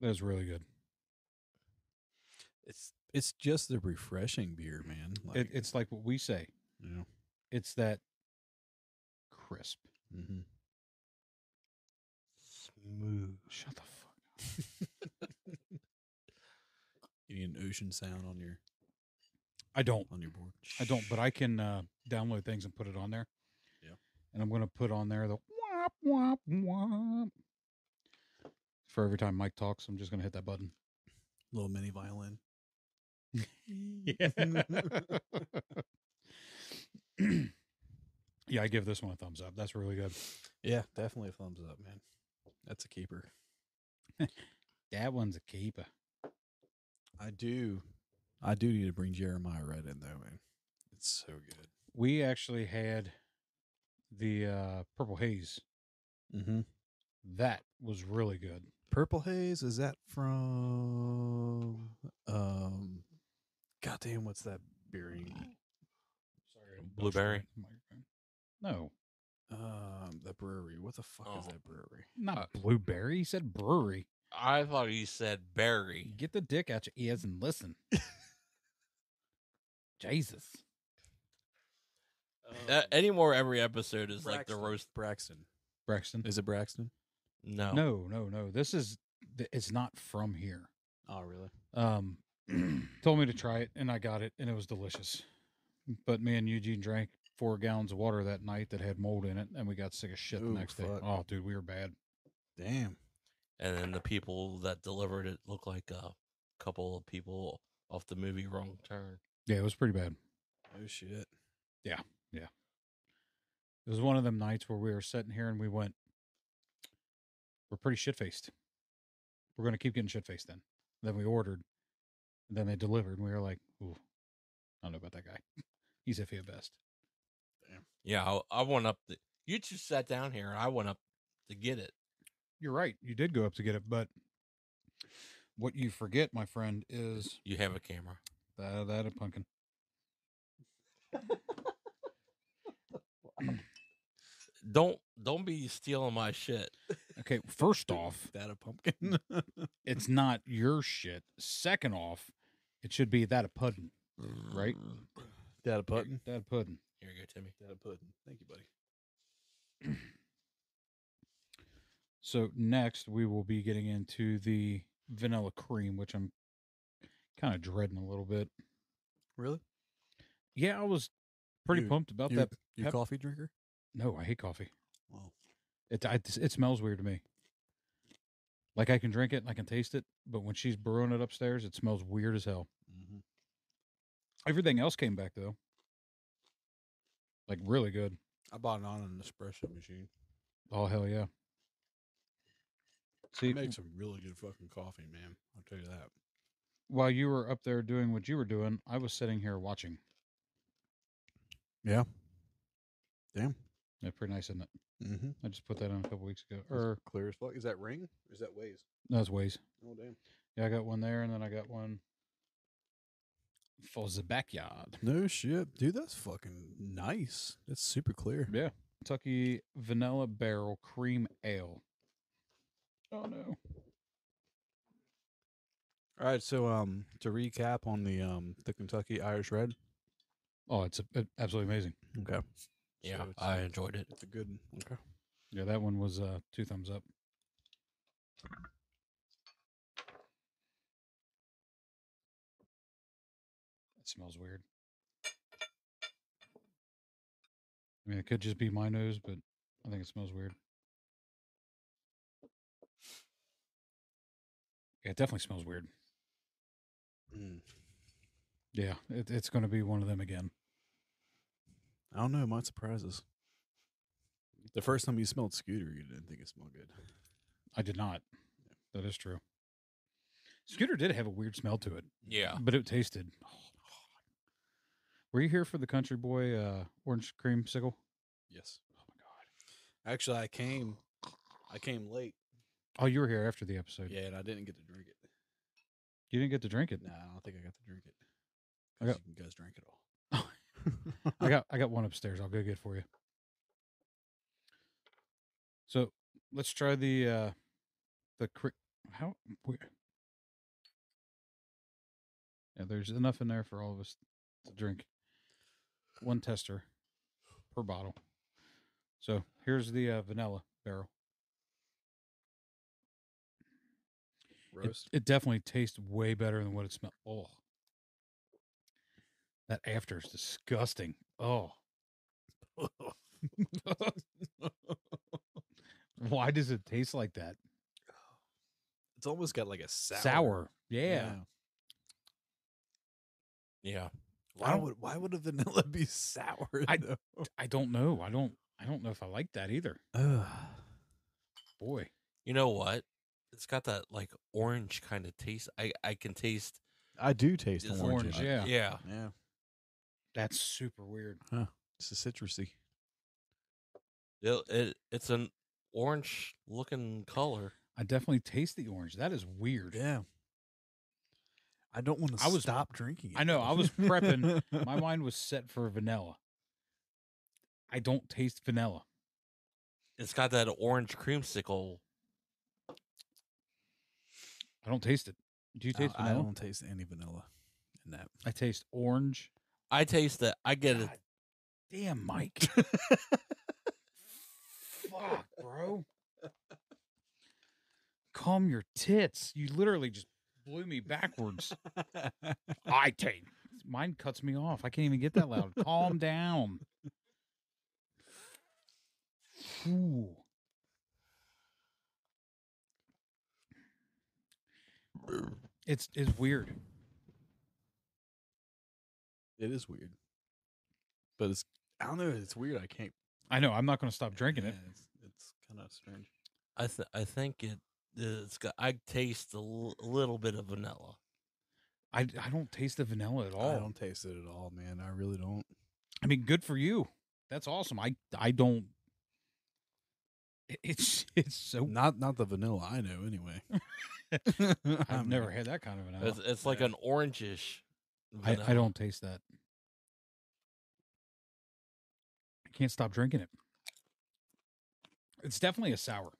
[SPEAKER 1] That is really good.
[SPEAKER 2] It's it's just the refreshing beer, man. Like,
[SPEAKER 1] It, it's like what we say.
[SPEAKER 2] you know.
[SPEAKER 1] It's that crisp.
[SPEAKER 2] Mm-hmm. [laughs]
[SPEAKER 3] smooth.
[SPEAKER 1] Shut the fuck. up.
[SPEAKER 2] You need an ocean sound on your
[SPEAKER 1] I don't.
[SPEAKER 2] on your board.
[SPEAKER 1] I don't. But I can uh, download things and put it on there.
[SPEAKER 2] Yeah.
[SPEAKER 1] And I'm gonna put on there the womp womp womp. For every time Mike talks, I'm just gonna hit that button.
[SPEAKER 2] little mini violin.
[SPEAKER 1] [laughs] Yeah. [clears throat] yeah, I give this one a thumbs up. That's really good.
[SPEAKER 2] [laughs] Yeah, definitely a thumbs up, man. That's a keeper.
[SPEAKER 1] That one's a keeper.
[SPEAKER 2] I do. I do need to bring Jeremiah Red in though, man. It's so good.
[SPEAKER 1] We actually had the uh, purple haze.
[SPEAKER 2] Mm-hmm.
[SPEAKER 1] That was really good.
[SPEAKER 2] Purple Haze is that from um goddamn what's that beer?
[SPEAKER 1] Sorry,
[SPEAKER 3] Blueberry?
[SPEAKER 1] No,
[SPEAKER 2] Um the brewery. What the fuck is
[SPEAKER 3] Oh.
[SPEAKER 2] that brewery?
[SPEAKER 1] not blueberry. He said brewery.
[SPEAKER 3] I thought you said berry.
[SPEAKER 1] Get the dick out your ears and listen. Jesus.
[SPEAKER 3] Uh, anymore, every episode is like the roast.
[SPEAKER 2] Braxton.
[SPEAKER 1] Braxton.
[SPEAKER 2] Is it Braxton?
[SPEAKER 3] No,
[SPEAKER 1] No, no, no. This is th- it's not from here.
[SPEAKER 2] Oh really?
[SPEAKER 1] um, [clears throat] told me to try it, and I got it, and it was delicious. But me and Eugene drank four gallons of water that night that had mold in it, and we got sick as shit
[SPEAKER 2] Ooh,
[SPEAKER 1] the next day.
[SPEAKER 2] fuck.
[SPEAKER 1] Oh, dude, we were bad.
[SPEAKER 2] Damn.
[SPEAKER 3] and then the people that delivered it looked like a couple of people off the movie Wrong Turn.
[SPEAKER 1] Yeah, it was pretty bad.
[SPEAKER 2] Oh shit.
[SPEAKER 1] It was one of them nights where we were sitting here and we went, we're pretty shit faced. We're going to keep getting shit faced then. Then we ordered, and then they delivered, and we were like, ooh, I don't know about that guy. [laughs] He's iffy at best.
[SPEAKER 3] Yeah, I, I went up. The, you two sat down here, and I went up to get it.
[SPEAKER 1] You're right. You did go up to get it, but what you forget, my friend, is
[SPEAKER 3] You have a camera.
[SPEAKER 1] That that a pumpkin.
[SPEAKER 3] Don't don't be stealing my shit.
[SPEAKER 1] Okay, first off,
[SPEAKER 2] That a pumpkin. [laughs]
[SPEAKER 1] it's not your shit. Second off, it should be that a puddin', right?
[SPEAKER 2] that a button.
[SPEAKER 1] That a puddin'.
[SPEAKER 3] Here you go, Timmy.
[SPEAKER 2] That a pudding. Thank you, buddy.
[SPEAKER 1] So next we will be getting into the vanilla cream, which I'm kind of dreading a little bit.
[SPEAKER 2] Really?
[SPEAKER 1] Yeah, I was pretty
[SPEAKER 2] You-
[SPEAKER 1] pumped about
[SPEAKER 2] you
[SPEAKER 1] that.
[SPEAKER 2] you
[SPEAKER 1] pep-
[SPEAKER 2] coffee drinker?
[SPEAKER 1] No, I hate coffee.
[SPEAKER 2] Well,
[SPEAKER 1] It I, it smells weird to me. Like I can drink it, and I can taste it, but when she's brewing it upstairs, it smells weird as hell.
[SPEAKER 2] mm-hmm.
[SPEAKER 1] Everything else came back though, like really good.
[SPEAKER 2] I bought it on an espresso machine.
[SPEAKER 1] Oh hell yeah! See,
[SPEAKER 2] It makes some really good fucking coffee, man. I'll tell you that.
[SPEAKER 1] while you were up there doing what you were doing, I was sitting here watching.
[SPEAKER 2] Yeah. Damn.
[SPEAKER 1] Yeah, pretty nice, isn't it?
[SPEAKER 2] Mm-hmm.
[SPEAKER 1] I just put that on a couple weeks ago.
[SPEAKER 2] Or
[SPEAKER 1] Or
[SPEAKER 2] clear as fuck. Is that ring? Or is that ways?
[SPEAKER 1] no, it's Waze.
[SPEAKER 2] Oh damn.
[SPEAKER 1] Yeah, I got one there, and then I got one for the backyard.
[SPEAKER 2] No shit, dude. That's fucking nice. That's super clear.
[SPEAKER 1] Yeah, Kentucky Vanilla Barrel Cream Ale. Oh no!
[SPEAKER 2] All right. So, um, to recap on the um the Kentucky Irish Red.
[SPEAKER 1] Oh, it's a, it- absolutely amazing.
[SPEAKER 2] Okay.
[SPEAKER 3] Yeah,
[SPEAKER 2] So it's,
[SPEAKER 3] I enjoyed it.
[SPEAKER 2] it's a good. Okay.
[SPEAKER 1] Yeah, that one was uh, two thumbs up. That smells weird. I mean, it could just be my nose, but I think it smells weird. Yeah, it definitely smells weird.
[SPEAKER 2] Mm.
[SPEAKER 1] Yeah, it, it's going to be one of them again.
[SPEAKER 2] I don't know. Mine surprises. The first time you smelled Scooter, you didn't think it smelled good.
[SPEAKER 1] I did not. That is true. Scooter did have a weird smell to it.
[SPEAKER 3] Yeah.
[SPEAKER 1] But it tasted. Oh, my God. Were you here for the Country Boy uh, orange cream sickle?
[SPEAKER 2] Yes.
[SPEAKER 1] Oh my god!
[SPEAKER 2] Actually, I came. I came late.
[SPEAKER 1] Oh, you were here after the episode.
[SPEAKER 2] Yeah, and I didn't get to drink it.
[SPEAKER 1] You didn't get to drink it.
[SPEAKER 2] Nah, I don't think I got to drink it.
[SPEAKER 1] I
[SPEAKER 2] 'Cause you guys drank it [laughs] all.
[SPEAKER 1] I got I got one upstairs. I'll go get it for you. So let's try the uh the cri- how we- yeah. There's enough in there for all of us to drink. One tester per bottle. So here's the uh, vanilla barrel. It-
[SPEAKER 2] roast.
[SPEAKER 1] It, definitely tastes way better than what it smelled. Oh, that after is disgusting.
[SPEAKER 2] [laughs]
[SPEAKER 1] Oh, why does it taste like that?
[SPEAKER 2] It's almost got like a sour.
[SPEAKER 1] Yeah.
[SPEAKER 3] Yeah.
[SPEAKER 2] Why would why would a vanilla [laughs] be sour?
[SPEAKER 1] I- I don't know. I don't. I don't know if I like that either. Boy,
[SPEAKER 3] You know what? It's got that like orange kind of taste. I I can taste.
[SPEAKER 2] [sighs] I do taste
[SPEAKER 3] It's
[SPEAKER 2] orange.
[SPEAKER 1] orange, yeah.
[SPEAKER 3] Yeah.
[SPEAKER 2] yeah.
[SPEAKER 1] that's super weird.
[SPEAKER 2] It's a citrusy.
[SPEAKER 3] It, it- it's an orange looking color.
[SPEAKER 1] I definitely taste the orange. That is weird.
[SPEAKER 2] Yeah. I don't want to
[SPEAKER 1] I was-
[SPEAKER 2] stop drinking. It.
[SPEAKER 1] I know, I was
[SPEAKER 2] [laughs]
[SPEAKER 1] prepping. My
[SPEAKER 2] My
[SPEAKER 1] mind was set for vanilla. I don't taste vanilla.
[SPEAKER 3] It's got that orange creamsicle.
[SPEAKER 1] I don't taste it. Do you taste
[SPEAKER 2] I,
[SPEAKER 1] vanilla?
[SPEAKER 2] don't taste any vanilla in that.
[SPEAKER 1] I taste orange.
[SPEAKER 3] I taste that. I get it.
[SPEAKER 1] God damn, Mike. Fuck, bro. Calm your tits. You literally just blew me backwards.
[SPEAKER 2] [laughs]
[SPEAKER 1] I take mine cuts me off. I can't even get that loud. Calm down. Ooh. It's it's weird.
[SPEAKER 2] It is weird, but it's I don't know. It's weird. I can't
[SPEAKER 1] I know. I'm not going to stop drinking it.
[SPEAKER 2] Yeah, It's, it's kind of strange.
[SPEAKER 3] I th- I think it. It's got. I taste a l- little bit of vanilla.
[SPEAKER 1] I, I don't taste the vanilla at all.
[SPEAKER 2] I don't taste it at all, man. I really don't.
[SPEAKER 1] I mean, good for you. That's awesome. I I don't. it- It's [laughs] it's so.
[SPEAKER 2] Not not the vanilla I know, anyway.
[SPEAKER 1] I've never had that kind of vanilla.
[SPEAKER 3] It's, it's like
[SPEAKER 2] yeah.
[SPEAKER 3] an orangish.
[SPEAKER 1] Oh, I, I
[SPEAKER 3] vanilla.
[SPEAKER 1] don't taste that. I can't stop drinking it. It's definitely a sour.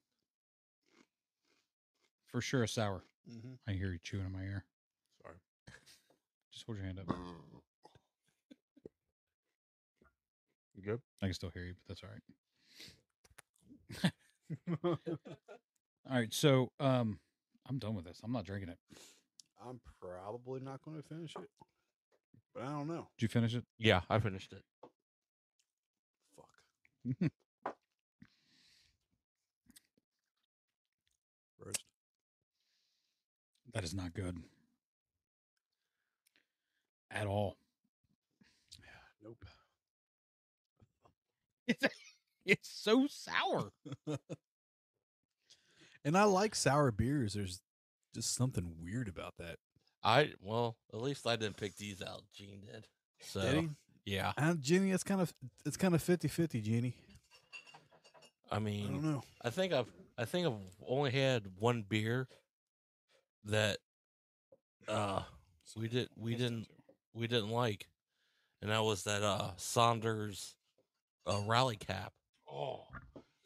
[SPEAKER 1] For sure, a sour.
[SPEAKER 2] Mhm.
[SPEAKER 1] I hear you chewing in my ear.
[SPEAKER 2] Sorry.
[SPEAKER 1] Just hold your hand up.
[SPEAKER 2] You good?
[SPEAKER 1] I can still hear you, but that's all right. [laughs]
[SPEAKER 3] [laughs]
[SPEAKER 1] All right, so um, I'm done with this. I'm not drinking it.
[SPEAKER 2] I'm probably not going to finish it, but I don't know.
[SPEAKER 1] Did you finish it?
[SPEAKER 3] Yeah, I finished it.
[SPEAKER 2] Fuck. Roast.
[SPEAKER 1] That is not good. At
[SPEAKER 3] [laughs]
[SPEAKER 1] all.
[SPEAKER 2] Nope.
[SPEAKER 1] It's so sour.
[SPEAKER 2] And I like sour beers. There's just something weird about that.
[SPEAKER 3] I well, at least I didn't pick these out. Gene did. So
[SPEAKER 2] Daddy,
[SPEAKER 3] yeah,
[SPEAKER 2] uh, Jenny, it's kind of it's kind of 50-50, Jenny. I
[SPEAKER 3] I
[SPEAKER 2] don't
[SPEAKER 3] mean,
[SPEAKER 2] know.
[SPEAKER 3] I think I've I think I've only had one beer that uh
[SPEAKER 4] So
[SPEAKER 3] We did- we
[SPEAKER 4] those two
[SPEAKER 3] didn't-
[SPEAKER 4] too.
[SPEAKER 3] we didn't like, and that was that uh Saunders uh, rally cap.
[SPEAKER 4] Oh,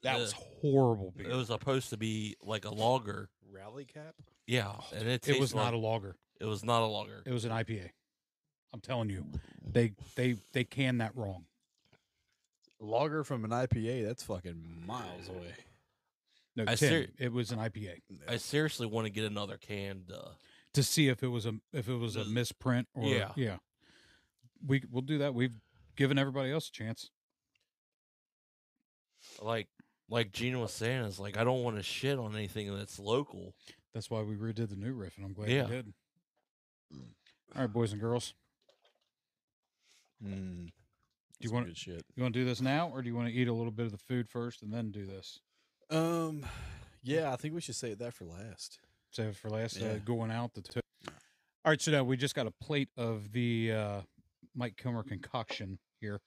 [SPEAKER 4] that
[SPEAKER 3] Uh,
[SPEAKER 4] was
[SPEAKER 1] Horrible beer.
[SPEAKER 3] It was supposed to be like a lager.
[SPEAKER 2] Rally cap?
[SPEAKER 3] Yeah, and it,
[SPEAKER 1] Oh, it was not a
[SPEAKER 3] a
[SPEAKER 1] lager.
[SPEAKER 3] it was not a lager.
[SPEAKER 1] It was an IPA. I'm telling you, they they they canned that wrong.
[SPEAKER 2] Lager from an IPA, that's fucking miles away.
[SPEAKER 1] No,
[SPEAKER 3] I
[SPEAKER 1] Tim,
[SPEAKER 3] ser-
[SPEAKER 1] it was an IPA
[SPEAKER 3] I seriously want to get another canned. Uh,
[SPEAKER 1] to see if it was a if it was a
[SPEAKER 3] Does-
[SPEAKER 1] misprint or
[SPEAKER 3] Yeah.
[SPEAKER 1] yeah. We we'll do that. We've given everybody else a chance.
[SPEAKER 3] like like Gina was saying, is like I don't want to shit on anything that's local.
[SPEAKER 1] That's why we redid the new riff, and I'm glad
[SPEAKER 3] Yeah.
[SPEAKER 1] we did. All right, boys and girls,
[SPEAKER 2] Mm,
[SPEAKER 1] you
[SPEAKER 2] that's
[SPEAKER 1] wanna-
[SPEAKER 2] good shit?
[SPEAKER 1] you want to do this now, or do you want to eat a little bit of the food first and then do this?
[SPEAKER 2] Um, [sighs] yeah, I think we should save that for last.
[SPEAKER 1] Save it for last. Uh,
[SPEAKER 2] Yeah.
[SPEAKER 1] going out the. T- All right, so now we just got a plate of the uh, Mike Kilmer concoction here.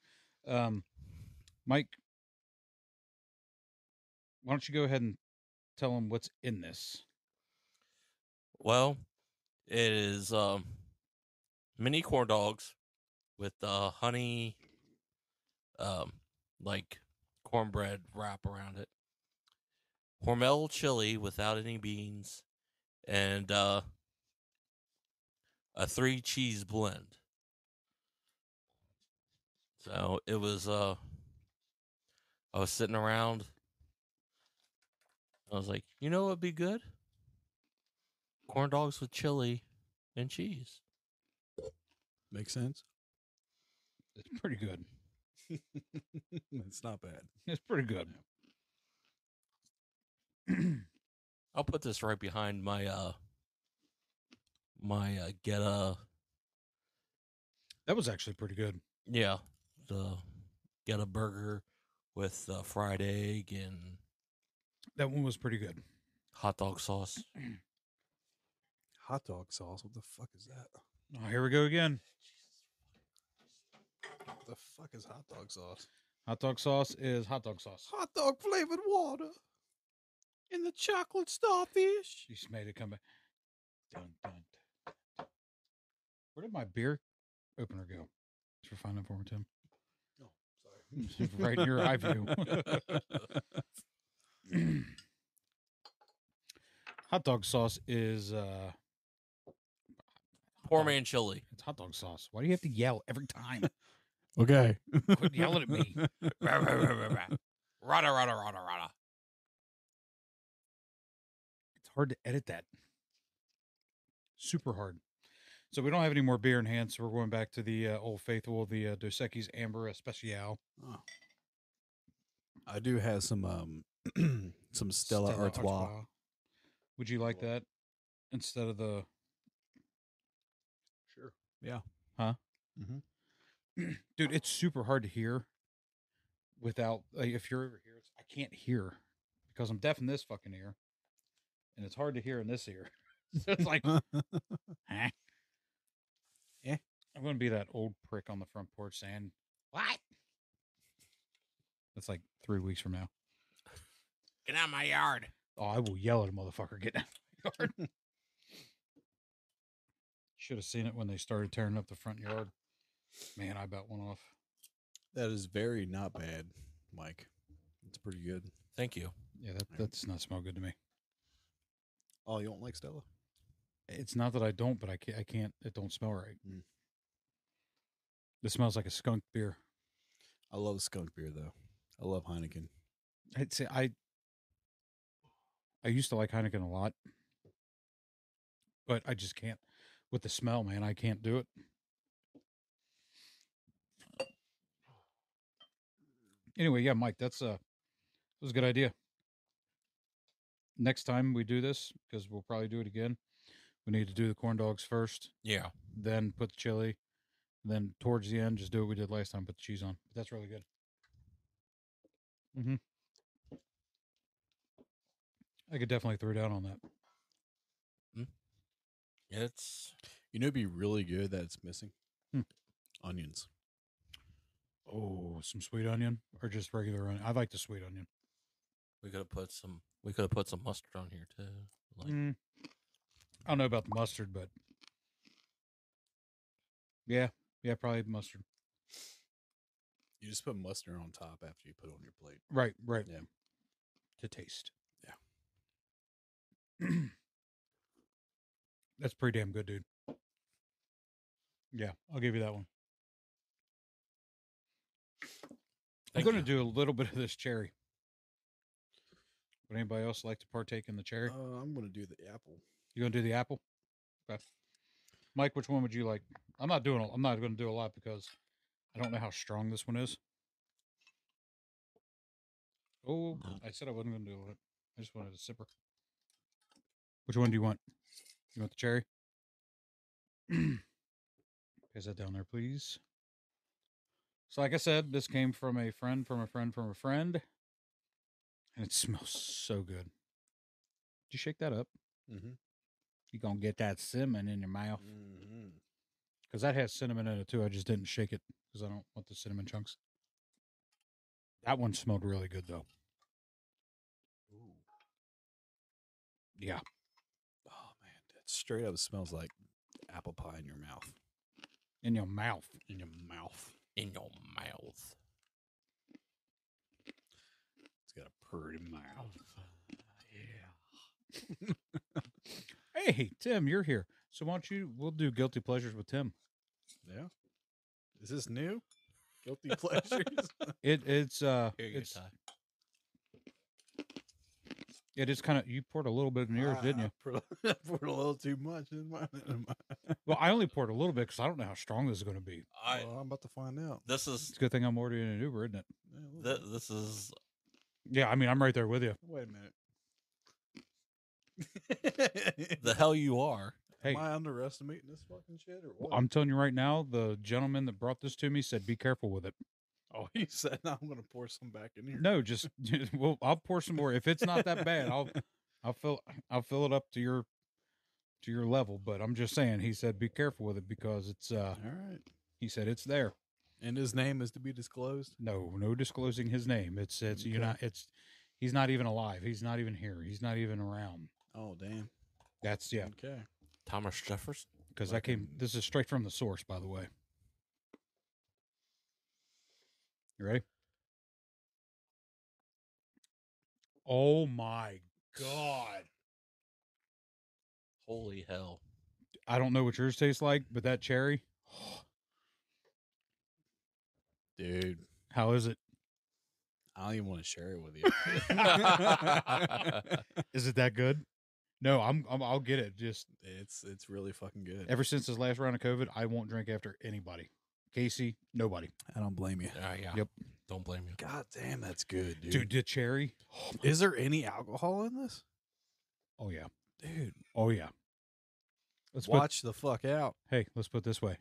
[SPEAKER 1] Um, Mike, why don't you go ahead and tell them what's in this?
[SPEAKER 3] Well, it is um, mini corn dogs with uh, honey, um, like cornbread wrap around it. Hormel chili without any beans, and uh, a three cheese blend. So it was. Uh, I was sitting around. I was like, you know, it'd be good corn dogs with chili and cheese.
[SPEAKER 2] Makes sense.
[SPEAKER 1] It's pretty good.
[SPEAKER 2] [laughs] it's not bad.
[SPEAKER 1] It's pretty good.
[SPEAKER 3] I'll put this right behind my uh my uh get a
[SPEAKER 1] That was actually pretty good.
[SPEAKER 3] yeah the get a burger with uh, fried egg and
[SPEAKER 1] That one was pretty good.
[SPEAKER 3] hot dog sauce.
[SPEAKER 2] Hot dog sauce. What the fuck is that?
[SPEAKER 1] Oh, here we go again.
[SPEAKER 2] What the fuck is hot dog sauce?
[SPEAKER 1] Hot dog sauce is hot dog sauce.
[SPEAKER 2] Hot dog flavored water in the chocolate starfish. [laughs]
[SPEAKER 1] She's made it come back. Dun, dun, dun, dun. Where did my beer opener go? Thanks for finding it for me, Tim. [laughs] Right in your eye
[SPEAKER 2] [laughs]
[SPEAKER 1] view. hot dog sauce is uh
[SPEAKER 3] Poor man chili.
[SPEAKER 1] it's hot dog sauce. Why do you have to yell every time?
[SPEAKER 2] okay.
[SPEAKER 1] Quit yelling at
[SPEAKER 2] [laughs]
[SPEAKER 3] [laughs]
[SPEAKER 1] me.
[SPEAKER 3] Rah, rah, rah, rah, rah. Rada rada rada rada.
[SPEAKER 1] It's hard to edit that. Super hard. So we don't have any more beer in hand, so we're going back to the uh, Old Faithful, the uh, Dos Equis Amber Especial.
[SPEAKER 2] Oh. I do have some um [clears throat] some Stella, Artois.
[SPEAKER 1] Would you like
[SPEAKER 2] Artois.
[SPEAKER 1] that instead of the?
[SPEAKER 2] Sure. Yeah. Mm-hmm.
[SPEAKER 1] [clears throat] Dude, it's super hard to hear without. Like, if you're over here, it's, I can't hear because I'm deaf in this fucking ear, and it's hard to hear in this ear. [laughs] so it's
[SPEAKER 2] [laughs]
[SPEAKER 1] like, eh.
[SPEAKER 2] Eh.
[SPEAKER 1] I'm gonna be that old prick on the front porch saying, "What?" That's like three weeks from now.
[SPEAKER 3] Get out of my yard.
[SPEAKER 1] Oh, I will yell at a motherfucker. [laughs] Get out of the yard. Should have seen it when they started tearing up the front yard. Man, I bet one off.
[SPEAKER 2] That is very not bad, Mike. It's pretty good.
[SPEAKER 3] Thank you.
[SPEAKER 1] Yeah, that, that does not smell good to me.
[SPEAKER 2] Oh, you don't like Stella?
[SPEAKER 1] It's not that I don't, but I can't. I can't it don't smell right.
[SPEAKER 2] Mm.
[SPEAKER 1] It smells like a skunk beer.
[SPEAKER 2] I love skunk beer though. I love Heineken.
[SPEAKER 1] I'd say I. I used to like Heineken a lot, but I just can't with the smell, man. I can't do it. Anyway, yeah, Mike, that's uh, that was a good idea. Next time we do this, because we'll probably do it again, we need to do the corn dogs first,
[SPEAKER 3] Yeah.
[SPEAKER 1] then put the chili, then towards the end, just do what we did last time, put the cheese on. But that's really good. Mm-hmm. I could definitely throw down on that.
[SPEAKER 3] It's
[SPEAKER 2] You know, it'd be really good that it's missing
[SPEAKER 1] Hmm.
[SPEAKER 2] onions.
[SPEAKER 1] Oh, some sweet onion or just regular onion. I like the sweet onion.
[SPEAKER 3] we could have put some we could have put some mustard on here too. Like
[SPEAKER 1] Mm. I don't know about the mustard, but Yeah, yeah, probably mustard.
[SPEAKER 2] You just put mustard on top after you put it on your plate.
[SPEAKER 1] Right, right.
[SPEAKER 2] Yeah.
[SPEAKER 1] To taste.
[SPEAKER 2] Yeah.
[SPEAKER 1] Yeah. [clears throat] That's pretty damn good, dude. Yeah, I'll give you that one.
[SPEAKER 3] Thank
[SPEAKER 1] I'm going
[SPEAKER 3] you.
[SPEAKER 1] to do a little bit of this cherry. Would anybody else like to partake in the cherry?
[SPEAKER 2] Uh, I'm gonna do the apple.
[SPEAKER 1] You gonna do the apple? Okay. Mike, which one would you like? I'm not doing. a- I'm not gonna do a lot because I don't know how strong this one is. Oh, I said I wasn't gonna do it. I just wanted a sipper. Which one do you want? You want the cherry? [clears throat] Pass that down there, please. So, like I said, this came from a friend, from a friend, from a friend, and it smells so good. Did you shake that up?
[SPEAKER 2] Mm-hmm.
[SPEAKER 1] you gonna get that cinnamon in your mouth
[SPEAKER 3] Mm.
[SPEAKER 2] mm-hmm.
[SPEAKER 1] because that has cinnamon in it too. I just didn't shake it because I don't want the cinnamon chunks. That one smelled really good though.
[SPEAKER 2] Ooh.
[SPEAKER 1] Yeah,
[SPEAKER 2] Oh man, that straight up smells like apple pie in your mouth.
[SPEAKER 1] in your mouth.
[SPEAKER 2] In your mouth.
[SPEAKER 3] in your mouth.
[SPEAKER 2] It's got a pretty mouth.
[SPEAKER 1] Hey, Tim, you're here. So why don't you? We'll do guilty pleasures with
[SPEAKER 3] [laughs]
[SPEAKER 1] Tim.
[SPEAKER 2] Yeah. Is this new? Guilty pleasures. [laughs]
[SPEAKER 1] It it's uh
[SPEAKER 3] Here you
[SPEAKER 1] it's
[SPEAKER 3] go, Ty.
[SPEAKER 1] it is kind of you poured a little bit in yours, didn't
[SPEAKER 2] Ah,
[SPEAKER 3] [laughs]
[SPEAKER 2] [laughs]
[SPEAKER 1] you?
[SPEAKER 2] I poured a- I poured a little too much in my. [laughs] In my
[SPEAKER 1] Well, I only poured a little bit because I don't know how strong this is going to be.
[SPEAKER 3] I,
[SPEAKER 2] well, I'm about to find out.
[SPEAKER 3] this
[SPEAKER 1] It's
[SPEAKER 3] is
[SPEAKER 1] a good thing I'm ordering an Uber, isn't it?
[SPEAKER 2] Yeah, a little
[SPEAKER 3] th-
[SPEAKER 2] bit.
[SPEAKER 3] this is
[SPEAKER 1] Yeah, I mean I'm right there with you.
[SPEAKER 2] Wait a [laughs] minute.
[SPEAKER 3] the hell you are.
[SPEAKER 1] Hey,
[SPEAKER 2] Am I underestimating this fucking shit or what?
[SPEAKER 1] I'm telling you right now, the gentleman that brought this to me said, "Be careful with it."
[SPEAKER 2] oh, he said I'm gonna pour some back in here.
[SPEAKER 1] No, just [laughs] well, I'll pour some more. If it's not that bad, I'll I'll fill I'll fill it up to your to your level. But I'm just saying, he said, be careful with it because it's uh
[SPEAKER 2] [laughs] All right.
[SPEAKER 1] he said it's there.
[SPEAKER 2] And his name is to be disclosed.
[SPEAKER 1] No, no disclosing his name. It's it's you're
[SPEAKER 2] Okay.
[SPEAKER 1] not it's he's not even alive. He's not even here. He's not even around.
[SPEAKER 2] Oh damn.
[SPEAKER 1] That's yeah,
[SPEAKER 2] Okay.
[SPEAKER 3] Thomas Jefferson.
[SPEAKER 1] because I came. This is straight from the source, by the way. You ready? Oh my
[SPEAKER 4] God.
[SPEAKER 3] Holy hell.
[SPEAKER 1] I don't know what yours tastes like, but that cherry, [sighs]
[SPEAKER 2] Dude,
[SPEAKER 1] how [laughs] is it?
[SPEAKER 2] I don't even want to share it with
[SPEAKER 1] [laughs]
[SPEAKER 2] you. [laughs]
[SPEAKER 1] Is it that good? No, I'm, I'm I'll get it. Just
[SPEAKER 2] it's it's really fucking good.
[SPEAKER 1] ever since this last round of COVID, I won't drink after anybody. Casey, nobody.
[SPEAKER 2] I don't blame you.
[SPEAKER 3] Yeah, yeah.
[SPEAKER 1] Yep.
[SPEAKER 3] Don't blame you.
[SPEAKER 2] God damn, that's good, dude.
[SPEAKER 1] Dude, the cherry. Oh, my-
[SPEAKER 2] Is there any alcohol in this?
[SPEAKER 1] oh yeah.
[SPEAKER 2] Dude,
[SPEAKER 1] Oh yeah. Let's put,
[SPEAKER 2] watch the fuck out.
[SPEAKER 1] hey, let's put it this way.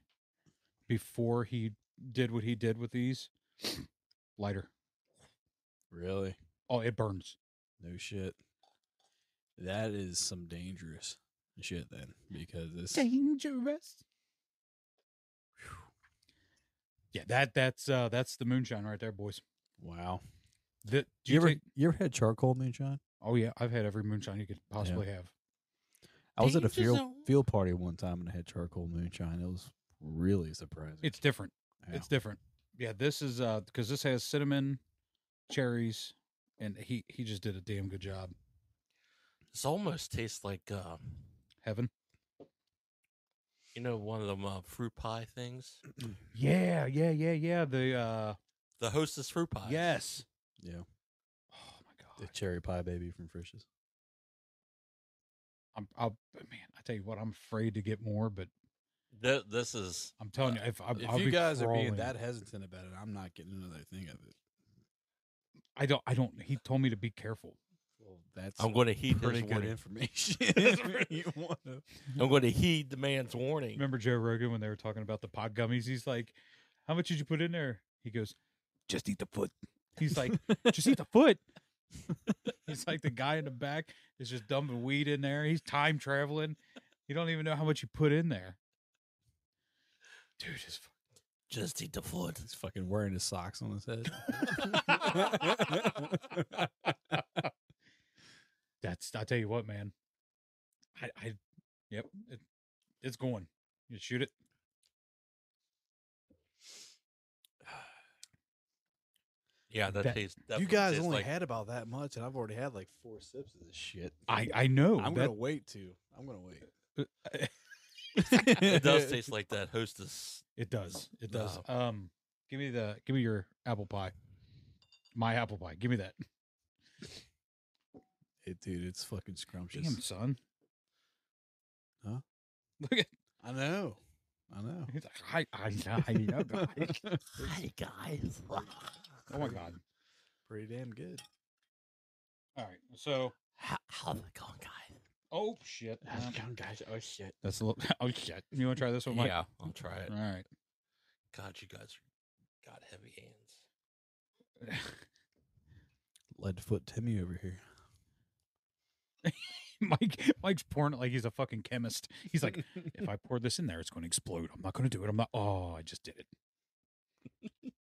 [SPEAKER 1] Before he did what he did with these, [sniffs] lighter.
[SPEAKER 2] Really?
[SPEAKER 1] Oh, it burns.
[SPEAKER 2] No shit. That is some dangerous shit then, because it's
[SPEAKER 1] Dangerous. Yeah, that that's uh that's the moonshine right there, boys.
[SPEAKER 2] wow.
[SPEAKER 1] Th- do
[SPEAKER 2] You, ever
[SPEAKER 1] take-
[SPEAKER 2] you ever had charcoal moonshine?
[SPEAKER 1] Oh yeah, I've had every moonshine you could possibly have.
[SPEAKER 2] I was at a
[SPEAKER 3] Danger
[SPEAKER 2] field
[SPEAKER 3] zone.
[SPEAKER 2] field party one time and I had charcoal moonshine. It was really surprising.
[SPEAKER 1] It's different.
[SPEAKER 2] Yeah.
[SPEAKER 1] It's different. Yeah, this is uh because this has cinnamon, cherries, and he he just did a damn good job.
[SPEAKER 3] This almost tastes like uh,
[SPEAKER 1] Heaven.
[SPEAKER 3] you know one of them uh, fruit pie things.
[SPEAKER 1] Yeah, yeah, yeah, yeah. The uh
[SPEAKER 3] The Hostess fruit pie.
[SPEAKER 1] yes.
[SPEAKER 2] yeah,
[SPEAKER 1] Oh my
[SPEAKER 2] the
[SPEAKER 1] god.
[SPEAKER 2] cherry pie baby from Frisch's.
[SPEAKER 1] I'm I'll but man, I tell you what, I'm afraid to get more, but
[SPEAKER 3] Th- this is
[SPEAKER 1] I'm telling you, if I
[SPEAKER 2] Uh, If
[SPEAKER 1] I'll
[SPEAKER 2] you
[SPEAKER 1] be
[SPEAKER 2] guys are being
[SPEAKER 1] crawling.
[SPEAKER 2] that hesitant about it, I'm not getting another thing of it.
[SPEAKER 1] I don't I don't he told me to be careful.
[SPEAKER 2] Well, that's [laughs]
[SPEAKER 3] I'm going to heed his
[SPEAKER 2] pretty good
[SPEAKER 3] warning.
[SPEAKER 2] information. [laughs] you want to.
[SPEAKER 3] I'm going to heed the man's warning.
[SPEAKER 1] Remember Joe Rogan when they were talking about the pot gummies? He's like, How much did you put in there? He goes, Just eat the foot. He's like, Just eat the foot. [laughs] He's like the guy in the back is just dumping weed in there. He's time traveling. You don't even know how much you put in there.
[SPEAKER 2] Dude, he's,
[SPEAKER 3] Just eat the foot.
[SPEAKER 2] he's fucking wearing his socks on his head.
[SPEAKER 1] [laughs]
[SPEAKER 2] [laughs]
[SPEAKER 1] That's I tell you what, man. I, I yep, it, it's going. You shoot it.
[SPEAKER 3] Yeah, that
[SPEAKER 1] That-
[SPEAKER 3] tastes.
[SPEAKER 2] you
[SPEAKER 3] definitely
[SPEAKER 2] guys
[SPEAKER 3] tastes
[SPEAKER 2] only
[SPEAKER 3] like-
[SPEAKER 2] had about that much, and I've already had like four sips of this shit.
[SPEAKER 1] I I know.
[SPEAKER 2] I'm gonna
[SPEAKER 1] that,
[SPEAKER 2] wait too. I'm gonna wait.
[SPEAKER 3] It
[SPEAKER 2] [laughs]
[SPEAKER 3] does taste like that Hostess.
[SPEAKER 1] it does. It does.
[SPEAKER 3] No.
[SPEAKER 1] Um, give me the give me your apple pie. My apple pie. Give me that.
[SPEAKER 2] It, dude, it's fucking scrumptious.
[SPEAKER 1] Damn son.
[SPEAKER 2] Huh?
[SPEAKER 1] [laughs] Look at
[SPEAKER 2] I know. I [laughs] know.
[SPEAKER 1] he's like, I I know. I know
[SPEAKER 2] [laughs]
[SPEAKER 1] guys."
[SPEAKER 3] Hi guys.
[SPEAKER 1] [laughs] oh my god.
[SPEAKER 2] Pretty damn good.
[SPEAKER 1] All right. So
[SPEAKER 3] How, how's
[SPEAKER 2] Uh,
[SPEAKER 3] it going, guys?
[SPEAKER 1] oh shit. Um,
[SPEAKER 2] guys. Oh shit.
[SPEAKER 1] That's a little [laughs] oh shit. You wanna try this one, Mike?
[SPEAKER 3] yeah, I'll try it.
[SPEAKER 1] All right. [laughs]
[SPEAKER 2] Mm-hmm.
[SPEAKER 3] God, you guys are- got heavy hands.
[SPEAKER 2] Leadfoot Timmy over [laughs] here.
[SPEAKER 1] Mike Mike's pouring it like he's a fucking chemist. He's like, if I pour this in there, it's gonna explode. I'm not gonna do it. I'm not oh, I just did it. in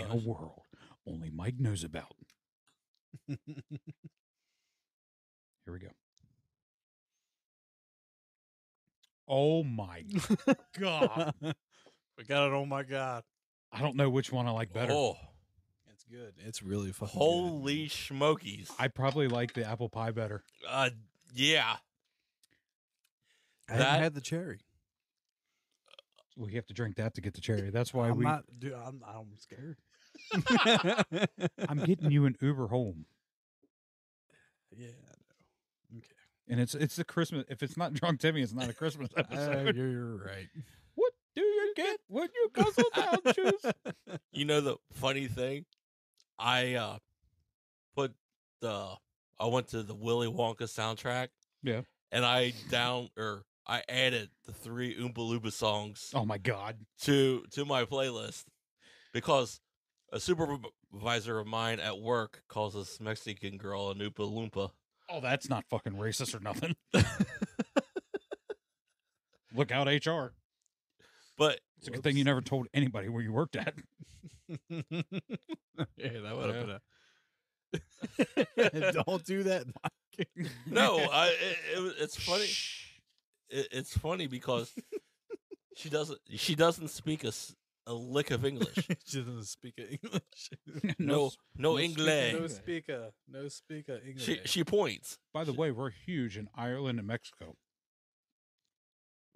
[SPEAKER 1] a
[SPEAKER 3] Oh,
[SPEAKER 1] world only Mike knows about. Here we go. Oh my
[SPEAKER 2] [laughs]
[SPEAKER 1] god.
[SPEAKER 2] we got it. Oh my god.
[SPEAKER 1] I don't know which one I like better.
[SPEAKER 3] oh,
[SPEAKER 2] It's good. It's really fucking good.
[SPEAKER 3] holy smokies!
[SPEAKER 1] I probably like the apple pie better.
[SPEAKER 3] uh, yeah,
[SPEAKER 2] I haven't
[SPEAKER 3] that-
[SPEAKER 2] had the cherry.
[SPEAKER 1] We have to drink that to get the cherry. That's why
[SPEAKER 2] I'm
[SPEAKER 1] we
[SPEAKER 2] not, dude. I'm, I'm scared.
[SPEAKER 1] [laughs]
[SPEAKER 2] [laughs]
[SPEAKER 1] I'm getting you an Uber home.
[SPEAKER 2] yeah.
[SPEAKER 1] And it's it's the Christmas if it's not drunk Timmy, it's not a
[SPEAKER 2] [laughs]
[SPEAKER 1] Christmas [laughs] episode.
[SPEAKER 2] Uh, you're, you're
[SPEAKER 1] [laughs]
[SPEAKER 2] right.
[SPEAKER 1] what do you get when you guzzle
[SPEAKER 2] [laughs]
[SPEAKER 1] down juice?
[SPEAKER 3] you know the funny thing, I uh put the I went to the Willy Wonka soundtrack.
[SPEAKER 1] Yeah.
[SPEAKER 3] and I down or I added the three Oompa Loompa songs
[SPEAKER 1] Oh my god.
[SPEAKER 3] to to my playlist because a supervisor of mine at work calls this Mexican girl an Oompa Loompa.
[SPEAKER 1] Oh, that's not fucking racist or nothing. Look out, HR.
[SPEAKER 3] But
[SPEAKER 1] It's a good thing you never told anybody where you worked at.
[SPEAKER 2] yeah, that would
[SPEAKER 3] Yeah.
[SPEAKER 2] have been
[SPEAKER 1] [laughs]
[SPEAKER 2] a. [laughs] Don't do that.
[SPEAKER 3] no, I, it, it, was-
[SPEAKER 1] [laughs]
[SPEAKER 3] it's funny.
[SPEAKER 1] Shh.
[SPEAKER 3] It, it's
[SPEAKER 1] [laughs]
[SPEAKER 3] funny because she doesn't she doesn't speak a, s- a lick of English.
[SPEAKER 2] she doesn't speak
[SPEAKER 1] [laughs]
[SPEAKER 2] a English.
[SPEAKER 3] No, no
[SPEAKER 2] No
[SPEAKER 3] English.
[SPEAKER 2] speak a. No speak a English.
[SPEAKER 3] She she points
[SPEAKER 1] By the way, we're huge in Ireland and Mexico.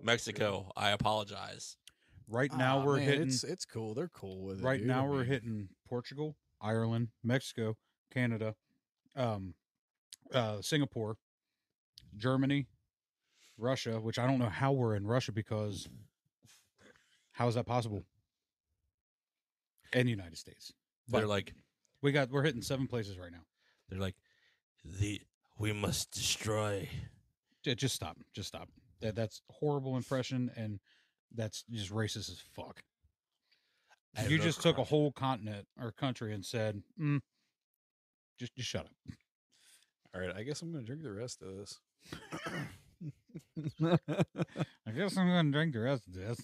[SPEAKER 3] Mexico. I apologize.
[SPEAKER 1] Right now,
[SPEAKER 2] Ah,
[SPEAKER 1] we're
[SPEAKER 2] man,
[SPEAKER 1] hitting.
[SPEAKER 2] It's, it's cool. They're cool with it.
[SPEAKER 1] Right
[SPEAKER 2] dude. I
[SPEAKER 1] now, we're
[SPEAKER 2] mean,
[SPEAKER 1] hitting Portugal, Ireland, Mexico, Canada, um, uh, Singapore, Germany, Russia. Which I don't know how we're in Russia because how is that possible? And the United States.
[SPEAKER 3] They're
[SPEAKER 1] But-
[SPEAKER 3] like
[SPEAKER 1] We got we're hitting seven places right now.
[SPEAKER 3] they're like the we must destroy.
[SPEAKER 1] J- Just stop. Just stop. That that's horrible impression and that's just racist as fuck.
[SPEAKER 3] I
[SPEAKER 1] you
[SPEAKER 3] love
[SPEAKER 1] just took a
[SPEAKER 3] crunch.
[SPEAKER 1] whole continent or country and said, mm, just just shut up.
[SPEAKER 2] All right. I guess I'm gonna drink the rest
[SPEAKER 1] [laughs]
[SPEAKER 2] of this.
[SPEAKER 1] I guess I'm gonna drink the rest of this.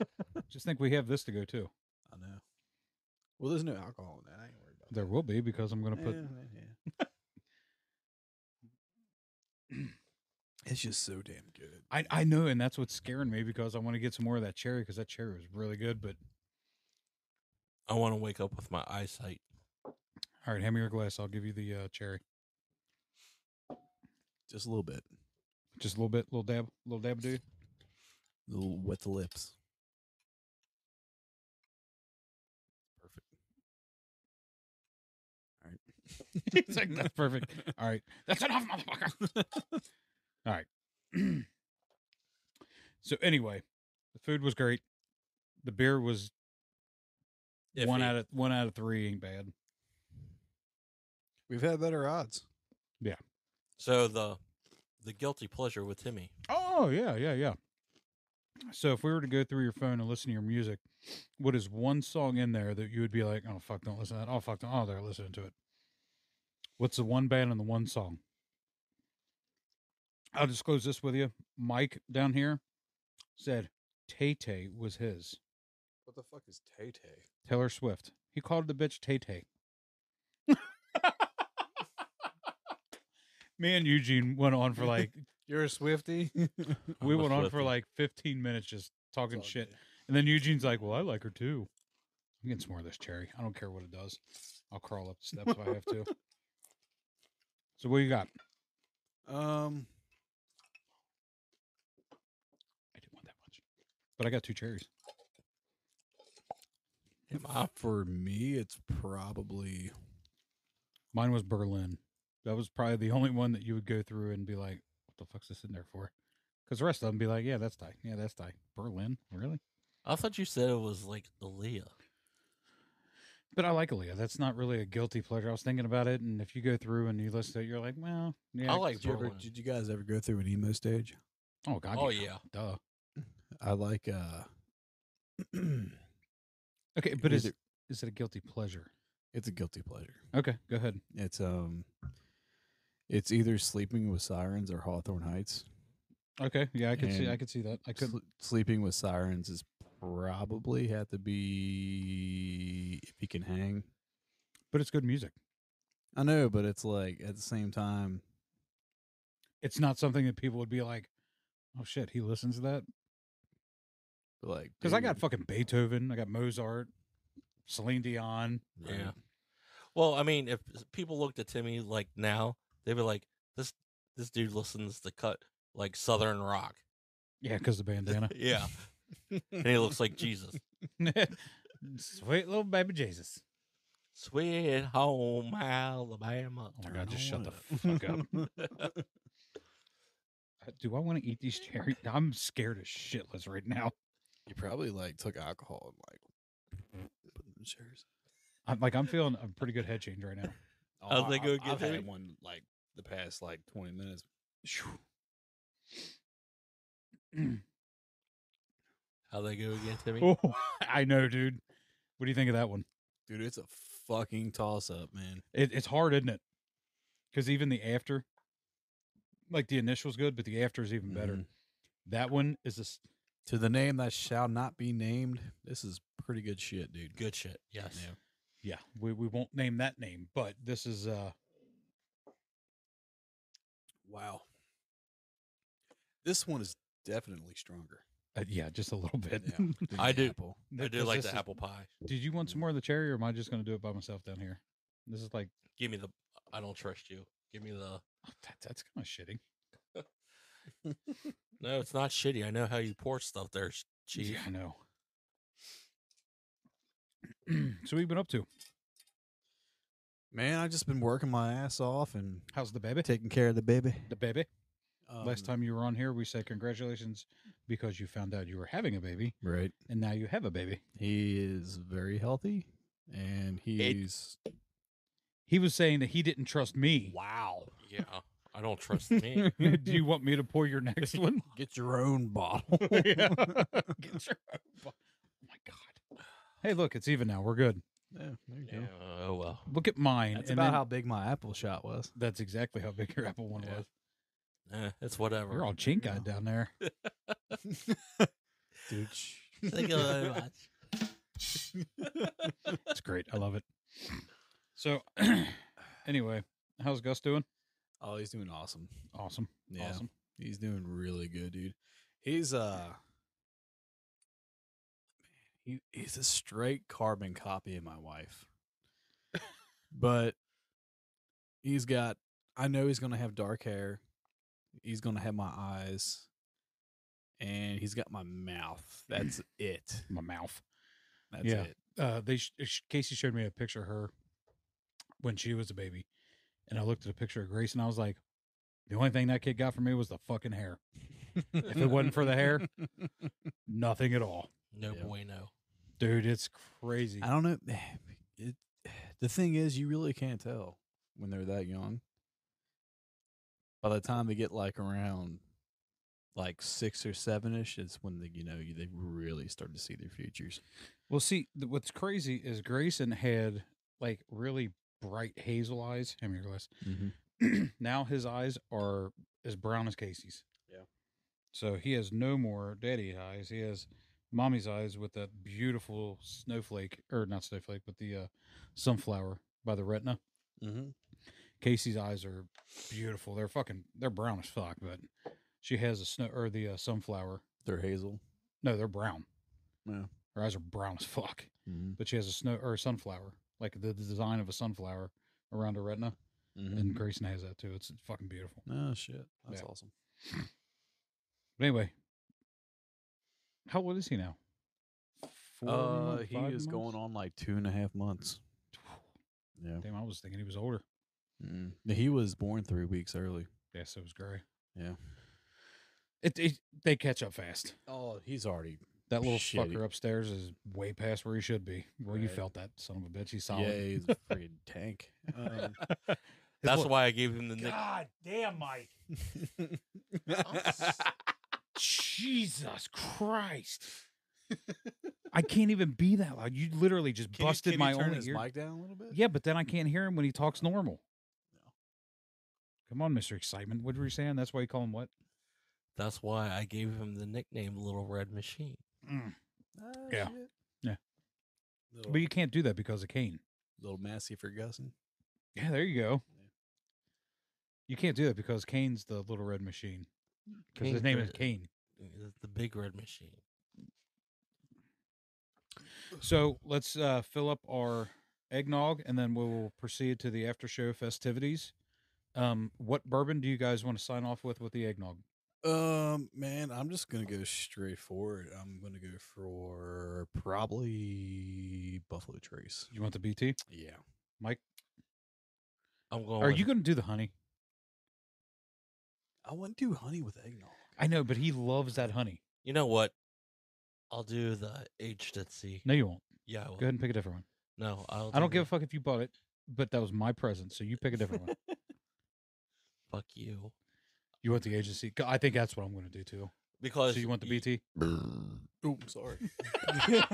[SPEAKER 1] [laughs] just think we have this to go too.
[SPEAKER 2] I know. Well, there's no alcohol in that. I ain't worried about
[SPEAKER 1] There will be because I'm gonna
[SPEAKER 2] that.
[SPEAKER 1] put
[SPEAKER 2] Yeah, yeah, [clears throat] yeah. it's just so damn good.
[SPEAKER 1] I, I know, and that's what's scaring me because I want to get some more of that cherry because that cherry was really good. But
[SPEAKER 3] I want to wake up with my eyesight.
[SPEAKER 1] all right, hand me your glass. I'll give you the uh, cherry.
[SPEAKER 2] Just a little bit.
[SPEAKER 1] Just a little bit, little dab, little dab, dude.
[SPEAKER 2] little wet the lips. Perfect. All [laughs] right.
[SPEAKER 1] [laughs] He's like, that's perfect. [laughs] All right. That's enough, [laughs] motherfucker. All right. [clears throat] so, anyway, the food was great. The beer was one
[SPEAKER 3] Iffy.
[SPEAKER 1] out of one out of three ain't bad.
[SPEAKER 2] [laughs] We've had better odds.
[SPEAKER 3] So the the guilty pleasure with Timmy.
[SPEAKER 1] Oh yeah, yeah, yeah. So if we were to go through your phone and listen to your music, what is one song in there that you would be like, oh fuck, don't listen to that. Oh fuck, don't. oh they're listening to it. What's the one band and the one song? I'll disclose this with you. Mike down here said Tay Tay was his.
[SPEAKER 2] What the fuck is Tay Tay?
[SPEAKER 1] Taylor Swift. He called the bitch Tay [laughs] Tay. Me and Eugene went on for like
[SPEAKER 2] You're a [laughs] Swifty.
[SPEAKER 1] we
[SPEAKER 3] I'm a
[SPEAKER 1] went on for
[SPEAKER 3] Swiftie.
[SPEAKER 1] like 15 minutes just talking shit. And then Eugene's like, "Well, I like her too." I'm getting some more of this cherry. I don't care what it does. I'll crawl up the steps if I have
[SPEAKER 3] [laughs]
[SPEAKER 1] to. So what you got?
[SPEAKER 2] Um,
[SPEAKER 1] I didn't want that much, but I got two cherries.
[SPEAKER 2] for me, it's probably
[SPEAKER 1] Mine was Berlin. That was probably the only one that you would go through and be like, "What the fuck's this in there for?" Because the rest of them be like, "Yeah, that's Thai. Yeah, that's Thai. Berlin, really?"
[SPEAKER 3] I thought you said it was like Aaliyah.
[SPEAKER 1] But I like Aaliyah. That's not really a guilty pleasure. I was thinking about it, and if you go through and you listen to it, you're like, "Well, yeah."
[SPEAKER 3] I
[SPEAKER 1] could
[SPEAKER 3] like
[SPEAKER 1] see it."
[SPEAKER 3] Berlin.
[SPEAKER 2] Did you guys ever go through an emo stage?
[SPEAKER 1] Oh God.
[SPEAKER 3] Oh
[SPEAKER 1] yeah.
[SPEAKER 3] yeah,
[SPEAKER 1] Duh.
[SPEAKER 2] I like uh [clears throat]
[SPEAKER 1] Okay, but is
[SPEAKER 2] Either-
[SPEAKER 1] is it a guilty pleasure?
[SPEAKER 2] it's a guilty pleasure.
[SPEAKER 1] Okay, go ahead.
[SPEAKER 2] It's um it's either sleeping with sirens or Hawthorne Heights.
[SPEAKER 1] Okay, yeah, I could see. I
[SPEAKER 2] And
[SPEAKER 1] could see that. I could.
[SPEAKER 2] Sl- sleeping with sirens is probably had to be if you can hang.
[SPEAKER 1] But it's good music.
[SPEAKER 2] I know, but it's like at the same time
[SPEAKER 1] It's not something that people would be like, "Oh shit, he listens to that."
[SPEAKER 2] like
[SPEAKER 1] Because I got
[SPEAKER 2] dude,
[SPEAKER 1] fucking Beethoven. I got Mozart, Celine Dion.
[SPEAKER 3] yeah. Well, I mean, if people looked at Timmy like now, they'd be like, "This this dude listens to cut like Southern
[SPEAKER 1] [laughs]
[SPEAKER 3] rock."
[SPEAKER 1] Yeah, because the [laughs] bandana.
[SPEAKER 3] yeah, and he looks like Jesus.
[SPEAKER 1] Sweet little baby Jesus.
[SPEAKER 3] Sweet home
[SPEAKER 1] Oh
[SPEAKER 3] Alabama.
[SPEAKER 1] my
[SPEAKER 2] Turn
[SPEAKER 1] god, just shut
[SPEAKER 2] on
[SPEAKER 1] the
[SPEAKER 2] up.
[SPEAKER 1] fuck up. [laughs] Uh, Do I want to eat these cherries? [laughs] I'm scared as shitless right now.
[SPEAKER 2] you probably like took alcohol and like put them in chairs.
[SPEAKER 1] I'm like I'm feeling a pretty good head change right now.
[SPEAKER 2] Oh,
[SPEAKER 3] How's that go,
[SPEAKER 2] I've
[SPEAKER 3] Gizzy?
[SPEAKER 2] had one like the past like twenty minutes.
[SPEAKER 3] How they go again, Timmy?
[SPEAKER 1] Oh, [laughs] I know, dude. What do you think of that one?
[SPEAKER 2] Dude, it's a fucking toss up, man.
[SPEAKER 1] It, it's hard, isn't it? Because even the after, like the initial's good, but the after is even better.
[SPEAKER 3] Mm-hmm.
[SPEAKER 2] Mhm.
[SPEAKER 1] That one is this.
[SPEAKER 2] To the name that shall not be named, this is pretty good shit, dude.
[SPEAKER 3] Good shit. Yes.
[SPEAKER 2] Yeah.
[SPEAKER 1] Yeah, we, we won't name that name, but this is uh
[SPEAKER 2] Wow. This one is definitely stronger.
[SPEAKER 1] Uh, yeah, just a little [laughs] bit.
[SPEAKER 2] Yeah, than
[SPEAKER 3] I
[SPEAKER 2] the
[SPEAKER 3] do.
[SPEAKER 2] apple.
[SPEAKER 3] I
[SPEAKER 1] Th-
[SPEAKER 3] do
[SPEAKER 1] 'cause
[SPEAKER 3] like
[SPEAKER 1] this
[SPEAKER 3] the
[SPEAKER 1] is-
[SPEAKER 3] apple Mm-hmm. pie.
[SPEAKER 1] Did you want some more of the cherry, or am I just going to do it by myself down here? This is like
[SPEAKER 3] Give me the. I don't trust you. Give me the.
[SPEAKER 1] oh, that, that's kind of shitty.
[SPEAKER 3] No, it's not shitty. I know how you pour stuff there, sh- chief.
[SPEAKER 1] Yeah, I know. [clears throat] so we've been up to
[SPEAKER 2] Man, I've just been working my ass off and
[SPEAKER 1] how's the baby?
[SPEAKER 2] taking care of the baby.
[SPEAKER 1] The baby. Last
[SPEAKER 2] Um,
[SPEAKER 1] time you were on here, we said congratulations because you found out you were having a baby,
[SPEAKER 2] Right.
[SPEAKER 1] and now you have a baby.
[SPEAKER 2] He is very healthy and he's
[SPEAKER 1] He was saying that he didn't trust me.
[SPEAKER 3] Wow. Yeah. I
[SPEAKER 1] [laughs]
[SPEAKER 3] don't trust me.
[SPEAKER 1] Do you want me to pour your next one?
[SPEAKER 2] [laughs] get your own bottle.
[SPEAKER 1] [laughs] Yeah.
[SPEAKER 2] [laughs]
[SPEAKER 1] Get your own bo- oh my god! Hey, look, it's even now. We're good.
[SPEAKER 2] Yeah, there you
[SPEAKER 3] yeah.
[SPEAKER 2] go.
[SPEAKER 3] Oh well.
[SPEAKER 1] Look at mine.
[SPEAKER 2] That's
[SPEAKER 1] and
[SPEAKER 2] about
[SPEAKER 1] then-
[SPEAKER 2] how big my apple shot was.
[SPEAKER 1] That's exactly how big your apple one
[SPEAKER 3] Yeah.
[SPEAKER 1] was.
[SPEAKER 3] Eh, it's whatever.
[SPEAKER 1] You're all chink eyed down there.
[SPEAKER 2] Dude,
[SPEAKER 1] [laughs]
[SPEAKER 3] Thank you very much.
[SPEAKER 1] It's great. I
[SPEAKER 2] [laughs]
[SPEAKER 1] love it. So, [clears throat] anyway, how's Gus doing?
[SPEAKER 2] oh, he's doing awesome.
[SPEAKER 1] Awesome.
[SPEAKER 2] Yeah.
[SPEAKER 1] Awesome.
[SPEAKER 2] He's doing really good, dude. He's uh he, he's a straight carbon copy of my wife. but he's got I know he's going to have dark hair. He's going to have my eyes and he's got my mouth.
[SPEAKER 1] [clears throat]
[SPEAKER 2] That's it.
[SPEAKER 1] My mouth.
[SPEAKER 2] That's
[SPEAKER 1] Yeah.
[SPEAKER 2] it.
[SPEAKER 1] Uh, they sh- sh- Casey showed me a picture of her when she was a baby, and I looked at a picture of Grace, and I was like, the only thing that kid got from me was the fucking hair. If it wasn't for the hair,
[SPEAKER 2] [laughs]
[SPEAKER 1] nothing at all,
[SPEAKER 3] No
[SPEAKER 2] Yeah.
[SPEAKER 3] boy, no.
[SPEAKER 1] dude. It's crazy.
[SPEAKER 2] I don't know. [sighs] It, the thing is, you really can't tell when they're that young. By the time they get like around like six or seven ish, it's when they, you know you- they really start to see their futures.
[SPEAKER 1] Well, see, th- what's crazy is Grayson had like really bright hazel eyes. I mean, your last [clears throat] now his eyes are as brown as Casey's.
[SPEAKER 2] Yeah.
[SPEAKER 1] So he has no more daddy eyes. He has mommy's eyes with that beautiful snowflake, or not snowflake, but the uh, sunflower by the retina.
[SPEAKER 2] Mm-hmm.
[SPEAKER 1] Casey's eyes are beautiful. They're fucking, they're brown as fuck, but she has a snow or the uh, sunflower.
[SPEAKER 2] They're hazel.
[SPEAKER 1] No, they're brown.
[SPEAKER 2] Yeah.
[SPEAKER 1] Her eyes are brown as fuck,
[SPEAKER 2] Mm-hmm.
[SPEAKER 1] but she has a snow or a sunflower, like the, the design of a sunflower around her retina.
[SPEAKER 2] Mm-hmm.
[SPEAKER 1] And Grayson has that too. It's fucking beautiful.
[SPEAKER 2] Oh shit, that's
[SPEAKER 1] Yeah.
[SPEAKER 2] awesome.
[SPEAKER 1] But anyway, how old is he now? Four
[SPEAKER 2] Uh,
[SPEAKER 1] month-
[SPEAKER 2] he
[SPEAKER 1] five
[SPEAKER 2] is going
[SPEAKER 1] months?
[SPEAKER 2] on like two and a half months. Yeah,
[SPEAKER 1] Damn, I was thinking he was older.
[SPEAKER 2] Mm. he was born three weeks early.
[SPEAKER 1] Yeah, so was Gray.
[SPEAKER 2] Yeah.
[SPEAKER 1] It, it they catch up fast.
[SPEAKER 2] Oh, he's already
[SPEAKER 1] That little
[SPEAKER 2] Shit, he-
[SPEAKER 1] fucker upstairs is way past where he should be. Well, you
[SPEAKER 2] Right.
[SPEAKER 1] felt that son of a bitch. He's
[SPEAKER 2] yeah,
[SPEAKER 1] solid.
[SPEAKER 2] he's a freaking tank. Um,
[SPEAKER 3] That's
[SPEAKER 1] what-
[SPEAKER 3] why I gave him the nick.
[SPEAKER 4] God damn, Mike.
[SPEAKER 1] [laughs] Jesus Christ!
[SPEAKER 2] [laughs]
[SPEAKER 1] I can't even be that loud. You literally just
[SPEAKER 2] Can you-
[SPEAKER 1] busted
[SPEAKER 2] can you
[SPEAKER 1] my
[SPEAKER 2] turn
[SPEAKER 1] only
[SPEAKER 2] his
[SPEAKER 1] ear.
[SPEAKER 2] mic down a little bit.
[SPEAKER 1] Yeah, but then I can't hear him when he talks normal.
[SPEAKER 2] No.
[SPEAKER 1] Come on, Mister Excitement. What were you saying? That's why you call him what?
[SPEAKER 3] That's why I gave him the nickname Little Red Machine.
[SPEAKER 1] Mm.
[SPEAKER 2] Ah,
[SPEAKER 1] Yeah.
[SPEAKER 2] shit.
[SPEAKER 1] Yeah.
[SPEAKER 2] Little,
[SPEAKER 1] But you can't do that because of Kane.
[SPEAKER 2] little Massey Ferguson.
[SPEAKER 1] Yeah, there you go.
[SPEAKER 2] Yeah.
[SPEAKER 1] You can't do that because Kane's the little red machine. Because his
[SPEAKER 3] Kane's
[SPEAKER 1] name is
[SPEAKER 3] the-
[SPEAKER 1] Kane.
[SPEAKER 3] the- The Big Red Machine.
[SPEAKER 1] So let's uh, fill up our eggnog and then we'll proceed to the after show festivities. Um, what bourbon do you guys want to sign off with with the eggnog?
[SPEAKER 2] Um, man, I'm just gonna go straight forward. I'm gonna go for probably Buffalo Trace.
[SPEAKER 1] You want the BT?
[SPEAKER 2] Yeah,
[SPEAKER 3] I'm going.
[SPEAKER 1] Are you going to do the honey?
[SPEAKER 2] I wouldn't do honey with eggnog.
[SPEAKER 1] I know, but he loves that honey.
[SPEAKER 3] You know what? I'll do the aged at sea.
[SPEAKER 1] No, you won't.
[SPEAKER 3] Yeah. I will.
[SPEAKER 1] Go ahead and pick a different one.
[SPEAKER 3] No, I'll
[SPEAKER 1] I don't
[SPEAKER 3] do
[SPEAKER 1] give a fuck if you bought it, but that was my present, so you pick a different
[SPEAKER 3] [laughs]
[SPEAKER 1] one.
[SPEAKER 3] the Fuck you.
[SPEAKER 1] You want the agency? G- I think that's what I'm going to do too. So
[SPEAKER 3] Because
[SPEAKER 1] you want the
[SPEAKER 3] y-
[SPEAKER 1] BT?
[SPEAKER 2] Oh, sorry. [laughs]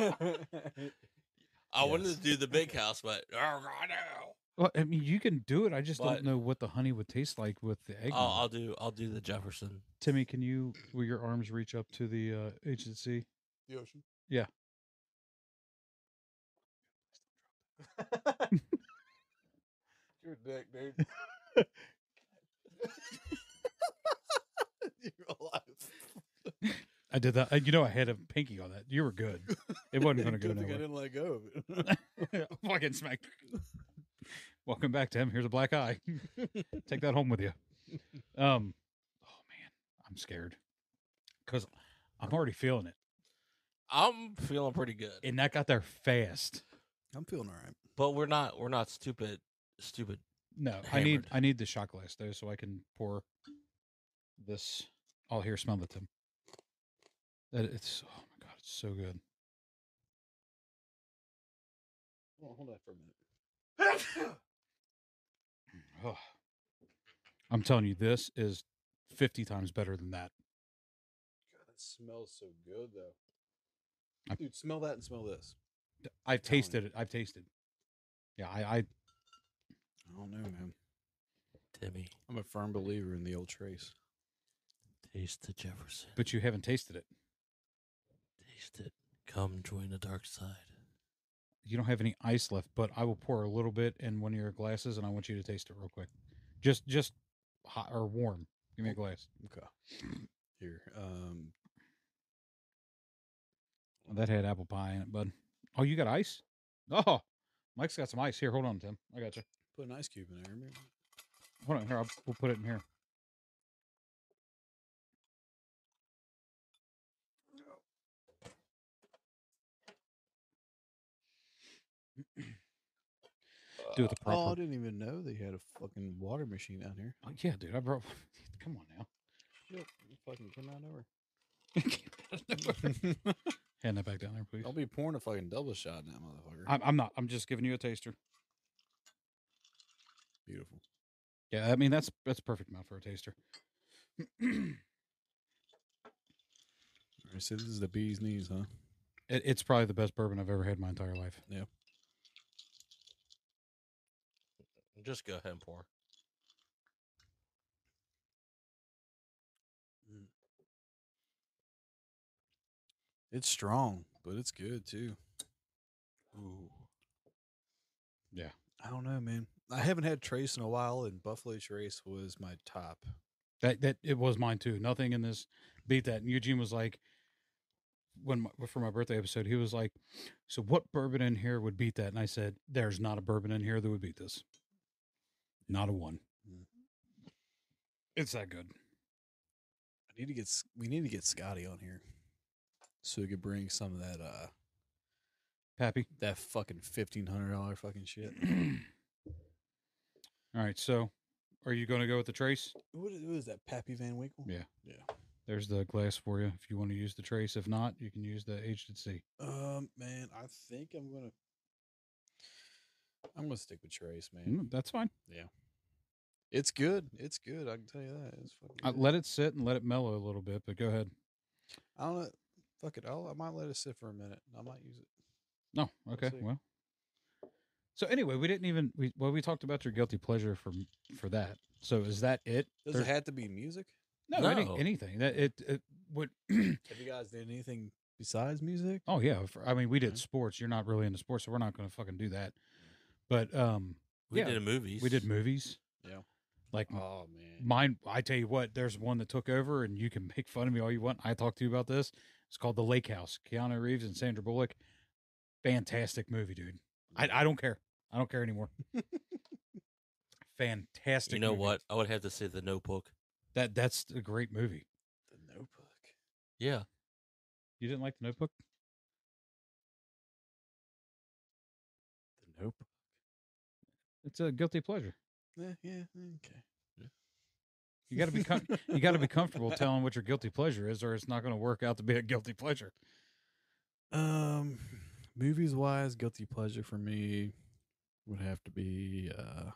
[SPEAKER 3] I wanted
[SPEAKER 2] Yes.
[SPEAKER 3] to do the big house, but [laughs] oh, God, no.
[SPEAKER 1] Well, I mean, you can do it. I just
[SPEAKER 3] But-
[SPEAKER 1] don't know what the honey would taste like with the egg.
[SPEAKER 3] I'll, I'll do. I'll do the Jefferson.
[SPEAKER 1] Timmy, can you, will your arms reach up to the uh, agency?
[SPEAKER 2] the ocean. [laughs]
[SPEAKER 4] You're a dick, dude.
[SPEAKER 2] [laughs] you realize?
[SPEAKER 1] I did that. I, you know, I had a pinky on that. You were good. It wasn't going to
[SPEAKER 2] [laughs]
[SPEAKER 1] go
[SPEAKER 2] Good thing I
[SPEAKER 1] nowhere.
[SPEAKER 2] didn't let go of it. [laughs]
[SPEAKER 1] [laughs] Fucking smack. Welcome back, Tim. Here's a black eye. [laughs] Take that home with you. Um, oh man, I'm scared because I'm already feeling it,
[SPEAKER 3] I'm feeling pretty good,
[SPEAKER 1] and that got there fast.
[SPEAKER 2] I'm feeling all right.
[SPEAKER 3] but we're not. We're not stupid. Stupid.
[SPEAKER 1] No, I need
[SPEAKER 3] Hammered.
[SPEAKER 1] I need the shot glass though, so I can pour this. Oh, here, smell it, Tim. That it's oh my god, it's so good.
[SPEAKER 2] Hold on, hold on for a minute.
[SPEAKER 1] Ugh. I'm telling you, this is 50 times better than that.
[SPEAKER 2] God, that smells so good though.
[SPEAKER 1] I-
[SPEAKER 2] Dude, smell that and smell this.
[SPEAKER 1] Th- I've
[SPEAKER 2] telling
[SPEAKER 1] tasted it. I've tasted. Yeah, I, I
[SPEAKER 2] I don't know, man.
[SPEAKER 3] Timmy,
[SPEAKER 2] I'm a firm believer in the old trace.
[SPEAKER 3] taste the Jefferson.
[SPEAKER 1] but you haven't tasted it.
[SPEAKER 3] Taste it. Come join the
[SPEAKER 1] [laughs]
[SPEAKER 3] dark side.
[SPEAKER 1] You don't have any ice left, but I will pour a little bit in one of your glasses and I want you to taste it real quick. Just just hot or warm. Give me a glass.
[SPEAKER 2] Okay. Here. Um
[SPEAKER 1] That had apple pie in it, bud. Oh, you got ice? Oh, Mike's got some ice. Here, hold on, Tim. I got you.
[SPEAKER 2] put an ice cube in there. Remember?
[SPEAKER 1] Hold on. Here, I'll, we'll put it in here. Do it the
[SPEAKER 2] Oh, I
[SPEAKER 1] proper-
[SPEAKER 2] didn't even know they had a fucking water machine out here.
[SPEAKER 1] Oh, yeah, dude. I brought. [laughs] Come on now.
[SPEAKER 2] Shit, you fucking came out of
[SPEAKER 1] Hand
[SPEAKER 2] nowhere.
[SPEAKER 1] that back down there, please.
[SPEAKER 2] I'll be pouring a fucking double shot in that motherfucker.
[SPEAKER 1] I'm, I'm not. I'm just giving you a taster.
[SPEAKER 2] Beautiful.
[SPEAKER 1] Yeah, I mean that's that's a perfect amount for a taster. [clears throat] it,
[SPEAKER 2] All right, so this is the bee's knees, huh?
[SPEAKER 1] it's probably the best bourbon I've ever had in my entire life.
[SPEAKER 3] Just go ahead and pour.
[SPEAKER 2] It's strong, but it's good too. Ooh.
[SPEAKER 1] Yeah.
[SPEAKER 2] I don't know, man. I haven't had Trace in a while, and Buffalo Trace was my top.
[SPEAKER 1] That that it was mine too. Nothing in this beat that. And Eugene was like, when my, for my birthday episode, he was like, "So what bourbon in here would beat that?" And I said, "There's not a bourbon in here that would beat this. Not a one.
[SPEAKER 2] Mm.
[SPEAKER 1] It's that good.
[SPEAKER 2] I need to get S- we need to get Scotty on here, so we could bring some of that uh
[SPEAKER 1] Pappy."
[SPEAKER 2] that fucking fifteen hundred dollar fucking shit.
[SPEAKER 1] [clears throat] All right, so are you going to go with the trace?
[SPEAKER 2] What is, what is that, Pappy Van Winkle?
[SPEAKER 1] Yeah.
[SPEAKER 2] yeah.
[SPEAKER 1] There's the glass for you if you want to use the trace. If not, you can use the aged at sea.
[SPEAKER 2] Um, man, I think I'm gonna I'm gonna stick with Trace, man.
[SPEAKER 1] Mm, that's fine.
[SPEAKER 2] It's good. It's good. I can tell you that. It's fucking.
[SPEAKER 1] Uh,
[SPEAKER 2] good.
[SPEAKER 1] let it sit and let it mellow a little bit, but go ahead.
[SPEAKER 2] I don't. know. Fuck it. I'll, I might let it sit for a minute. I might use it.
[SPEAKER 1] No. Okay.
[SPEAKER 2] see.
[SPEAKER 1] Well. So anyway, we didn't even we well we talked about your guilty pleasure for m- for that. So is that it?
[SPEAKER 2] Does
[SPEAKER 1] There's-
[SPEAKER 2] it have to be music?
[SPEAKER 1] no, any-
[SPEAKER 3] No.
[SPEAKER 1] anything that it, it would. [clears throat]
[SPEAKER 2] Have you guys did anything besides music?
[SPEAKER 1] oh yeah, for, I mean we did
[SPEAKER 2] Mhm.
[SPEAKER 1] sports. You're not really into sports, so we're not going to fucking do that. But um,
[SPEAKER 3] We
[SPEAKER 1] Yeah,
[SPEAKER 3] did a movie.
[SPEAKER 1] we did movies.
[SPEAKER 2] Yeah.
[SPEAKER 1] Like
[SPEAKER 2] Oh man.
[SPEAKER 1] mine, I tell you what, there's one that took over, and you can make fun of me all you want. I talked to you about this. It's called The Lake House. Keanu Reeves and Sandra Bullock. Fantastic movie, dude. I, I don't care. I don't care
[SPEAKER 3] [laughs]
[SPEAKER 1] anymore. Fantastic.
[SPEAKER 3] You know
[SPEAKER 1] movie.
[SPEAKER 3] what? I would have to say The Notebook.
[SPEAKER 1] That that's a great movie.
[SPEAKER 2] The Notebook.
[SPEAKER 3] Yeah,
[SPEAKER 1] You didn't like The Notebook?
[SPEAKER 2] The Notebook. Eh,
[SPEAKER 1] It's a guilty pleasure.
[SPEAKER 2] Yeah. Yeah. Okay.
[SPEAKER 1] You got to be com-
[SPEAKER 3] [laughs]
[SPEAKER 1] you got to be
[SPEAKER 2] [laughs]
[SPEAKER 1] comfortable telling what your guilty pleasure is, or it's not going to work out to be a guilty pleasure.
[SPEAKER 2] Um, movies wise, guilty pleasure for me would have to be uh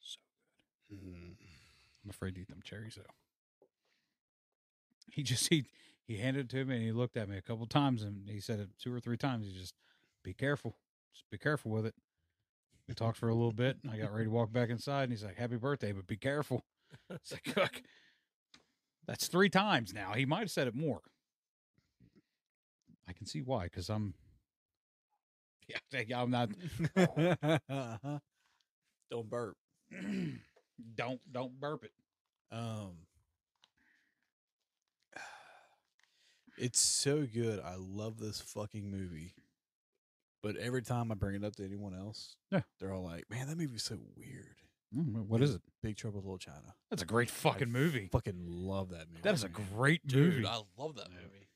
[SPEAKER 1] So
[SPEAKER 2] hmm,
[SPEAKER 1] I'm afraid to eat them cherries though. He just he he handed it to me and he looked at me a couple times and he said it two or three times. He just be careful, just be careful with it. We talked for a little bit. And I got ready to walk back inside and he's like, "Happy birthday, but be careful." [laughs] It's like, "Fuck." that's three times now. He might have said it more. I can see why, because I'm. [laughs] Yeah, I'm not. [clears throat]
[SPEAKER 2] uh-huh. Don't burp.
[SPEAKER 1] don't don't burp it.
[SPEAKER 2] [laughs] Um, it's so good. I love this fucking movie. But every time I bring it up to anyone else,
[SPEAKER 1] Yeah.
[SPEAKER 2] they're all like, "Man, that movie's so weird."
[SPEAKER 1] Mm, What is it?
[SPEAKER 2] Big Trouble in Little China.
[SPEAKER 1] That's a great fucking movie.
[SPEAKER 2] Fucking love that movie.
[SPEAKER 1] That is a
[SPEAKER 2] man.
[SPEAKER 1] great
[SPEAKER 3] dude,
[SPEAKER 1] movie.
[SPEAKER 3] I love that
[SPEAKER 2] Yeah.
[SPEAKER 3] movie.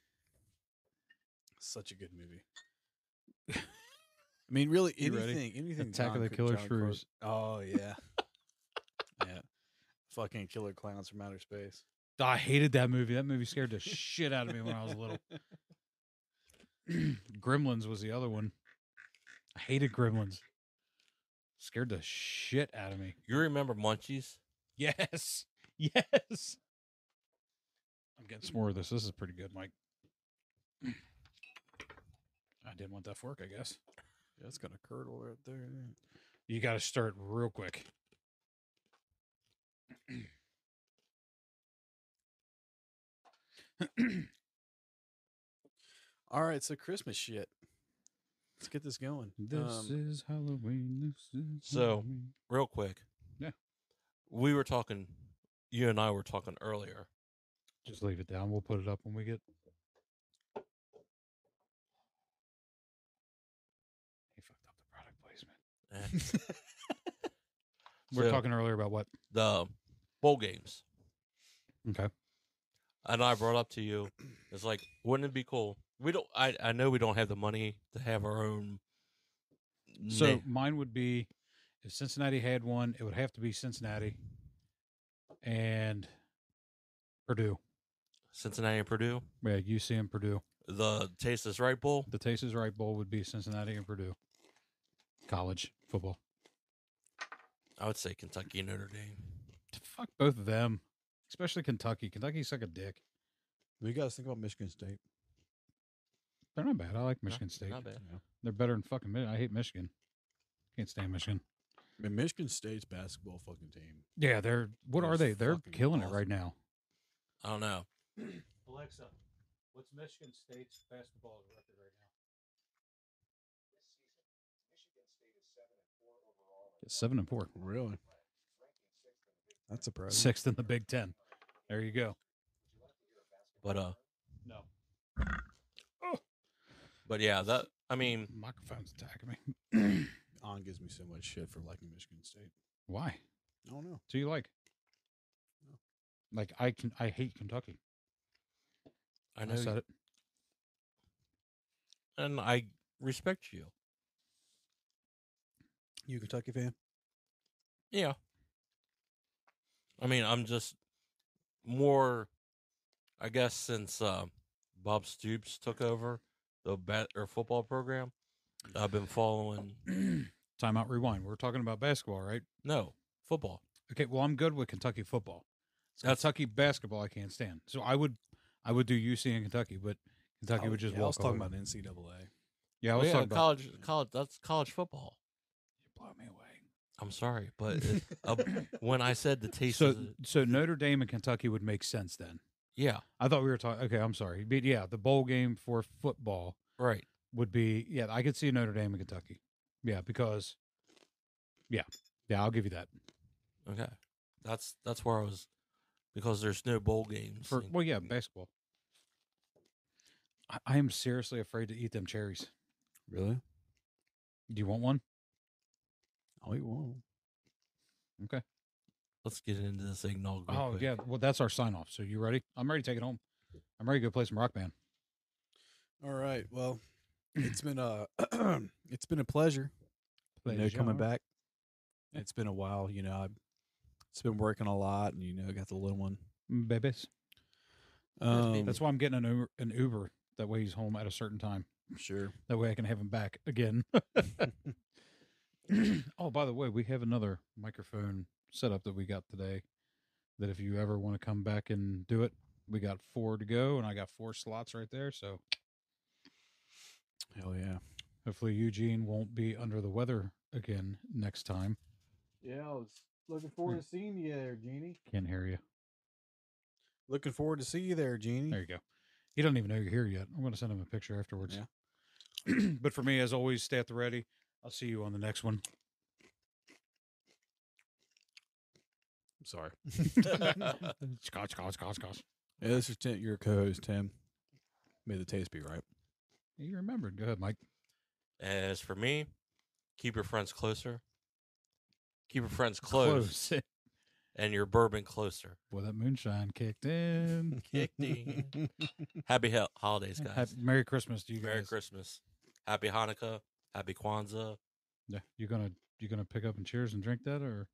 [SPEAKER 2] such a good movie. I mean, really,
[SPEAKER 1] You ready?
[SPEAKER 2] anything, anything.
[SPEAKER 1] Attack of
[SPEAKER 2] John
[SPEAKER 1] the
[SPEAKER 2] Cro-
[SPEAKER 1] Killer
[SPEAKER 2] John Cro-
[SPEAKER 1] Shrews.
[SPEAKER 2] Oh [laughs] yeah, yeah. Fucking killer clowns from outer space.
[SPEAKER 1] I hated that movie. That movie scared the shit out of me when I was [laughs] little. [clears throat] Gremlins was the other one. I hated Gremlins. Scared the shit out of me.
[SPEAKER 3] You remember Munchies?
[SPEAKER 1] Yes. [laughs] Yes. I'm getting some more of this. This is pretty good, Mike. I didn't want that fork, I guess.
[SPEAKER 2] Yeah, it's gonna curdle right there. isn't it?
[SPEAKER 1] You got to start real quick.
[SPEAKER 2] All right, so Christmas shit. Let's get this going. Um,
[SPEAKER 1] is Halloween. This is
[SPEAKER 3] So- Real quick.
[SPEAKER 1] Yeah.
[SPEAKER 3] We were talking. You and I were talking earlier.
[SPEAKER 1] Just leave it down. We'll put it up when we get. He fucked up the product placement.
[SPEAKER 3] Eh,
[SPEAKER 1] We [laughs] were
[SPEAKER 3] so,
[SPEAKER 1] talking earlier about what?
[SPEAKER 3] the bowl games,
[SPEAKER 1] Okay.
[SPEAKER 3] and I brought up to you. It's like, wouldn't it be cool? We don't. I I know we don't have the money to have our own.
[SPEAKER 1] So
[SPEAKER 3] na-
[SPEAKER 1] mine would be if Cincinnati had one, it would have to be Cincinnati and Purdue.
[SPEAKER 3] Cincinnati and Purdue,
[SPEAKER 1] Yeah, UC and Purdue.
[SPEAKER 3] the Taste is Right Bowl.
[SPEAKER 1] The Taste is Right Bowl would be Cincinnati and Purdue. College football.
[SPEAKER 3] I would say Kentucky and Notre Dame.
[SPEAKER 1] Fuck both of them, especially Kentucky. Kentucky suck a dick.
[SPEAKER 2] what do you guys think about Michigan State?
[SPEAKER 1] They're not bad. I like
[SPEAKER 3] No,
[SPEAKER 1] Michigan State.
[SPEAKER 3] Not bad.
[SPEAKER 1] They're better than fucking Michigan. I hate Michigan. Can't stand Michigan.
[SPEAKER 2] I mean, Michigan State's basketball fucking team.
[SPEAKER 1] Yeah, they're what
[SPEAKER 2] They're
[SPEAKER 1] are they? They're
[SPEAKER 2] fucking
[SPEAKER 1] killing it
[SPEAKER 2] awesome.
[SPEAKER 1] right now.
[SPEAKER 3] I don't know.
[SPEAKER 1] Alexa, what's Michigan State's basketball record right now? Seven and four.
[SPEAKER 2] Really? That's a pro.
[SPEAKER 1] sixth in the Big Ten. There you go.
[SPEAKER 3] But uh,
[SPEAKER 1] No.
[SPEAKER 3] but yeah, that I
[SPEAKER 1] Mm.
[SPEAKER 3] mean,
[SPEAKER 1] Microphone's attacking me. [clears throat]
[SPEAKER 2] On gives me so much shit for liking Michigan State.
[SPEAKER 1] Why?
[SPEAKER 2] I don't know.
[SPEAKER 1] Do you like? Like I can, I hate Kentucky.
[SPEAKER 3] I know,
[SPEAKER 1] said it.
[SPEAKER 3] and I respect you.
[SPEAKER 2] You a Kentucky fan?
[SPEAKER 3] Yeah. I mean, I'm just more, I guess, since uh, Bob Stoops took over the bat or football program, I've been following.
[SPEAKER 1] [clears throat] Timeout rewind. We're talking about basketball, right?
[SPEAKER 3] No, football.
[SPEAKER 1] Okay, well I'm good with Kentucky football. It's
[SPEAKER 3] That's-
[SPEAKER 1] Kentucky basketball I can't stand. So I would I would do UC and Kentucky, but Kentucky would just
[SPEAKER 2] Oh, yeah,
[SPEAKER 1] walk
[SPEAKER 2] I was talking
[SPEAKER 1] over.
[SPEAKER 2] about NCAA.
[SPEAKER 1] Yeah, I was
[SPEAKER 3] yeah,
[SPEAKER 1] talking about
[SPEAKER 3] college, college. That's college football.
[SPEAKER 1] you blow me away.
[SPEAKER 3] I'm sorry,
[SPEAKER 1] [laughs]
[SPEAKER 3] but it,
[SPEAKER 2] [laughs]
[SPEAKER 3] uh, when I said the taste,
[SPEAKER 1] So
[SPEAKER 3] of the-
[SPEAKER 1] so Notre Dame and Kentucky would make sense then.
[SPEAKER 3] yeah,
[SPEAKER 1] I thought we were talking okay, I'm sorry. But yeah, the bowl game for football
[SPEAKER 3] right.
[SPEAKER 1] would be yeah, I could see Notre Dame and Kentucky. Yeah, because yeah. Yeah, I'll give you that.
[SPEAKER 3] Okay, that's that's where I was because there's no bowl games.
[SPEAKER 1] For
[SPEAKER 3] in-
[SPEAKER 1] well, yeah, basketball. I, I am seriously afraid to eat them cherries.
[SPEAKER 2] Really?
[SPEAKER 1] Do you want one?
[SPEAKER 2] I'll eat one.
[SPEAKER 3] let's get into this eggnog. real
[SPEAKER 1] Oh
[SPEAKER 3] quick.
[SPEAKER 1] yeah, well that's our sign off. So you ready? I'm ready to take it home. I'm ready to go play some rock band.
[SPEAKER 2] All right. Well, it's been a [clears throat] it's been a pleasure.
[SPEAKER 1] Play
[SPEAKER 2] you know, coming
[SPEAKER 1] genre.
[SPEAKER 2] back. It's been a while. You know, I've it's been working a lot, and you know, I got the little one.
[SPEAKER 1] Mm, babies.
[SPEAKER 2] Um,
[SPEAKER 1] That's why I'm getting an Uber, an Uber. That way he's home at a certain time.
[SPEAKER 2] sure.
[SPEAKER 1] That way I can have him back again. [laughs] oh, by the way, we have another microphone setup that we got today. That if you ever want to come back and do it, we got four to go, and I got four slots right there. So
[SPEAKER 2] Hell yeah.
[SPEAKER 1] hopefully Eugene won't be under the weather again next time.
[SPEAKER 2] Yeah, I was looking
[SPEAKER 1] forward
[SPEAKER 2] to seeing you there, Jeannie.
[SPEAKER 1] Can't hear you.
[SPEAKER 2] Looking forward to see you there, Jeannie.
[SPEAKER 1] There you go. He doesn't even know you're here yet. I'm going to send him a picture afterwards.
[SPEAKER 2] Yeah.
[SPEAKER 1] [clears throat] but for me, as always, stay at the ready. I'll see you on the next one.
[SPEAKER 2] I'm sorry.
[SPEAKER 3] [laughs]
[SPEAKER 1] [laughs] Scotch, scotch, scotch, scotch.
[SPEAKER 2] Yeah, this is Tim, your co-host Tim. May the taste be right.
[SPEAKER 1] You remembered. Go ahead, Mike.
[SPEAKER 3] As for me, keep your friends closer. Keep your friends
[SPEAKER 1] [laughs]
[SPEAKER 3] close,
[SPEAKER 1] Close.
[SPEAKER 3] and your bourbon closer.
[SPEAKER 1] Boy, that moonshine kicked [laughs] in.
[SPEAKER 3] Kicked Happy he- holidays, guys.
[SPEAKER 1] Happy- Merry Christmas to you
[SPEAKER 3] Merry
[SPEAKER 1] guys.
[SPEAKER 3] Christmas. Happy Hanukkah. Happy Kwanzaa.
[SPEAKER 1] Yeah, you gonna you gonna pick up and cheers and drink that, or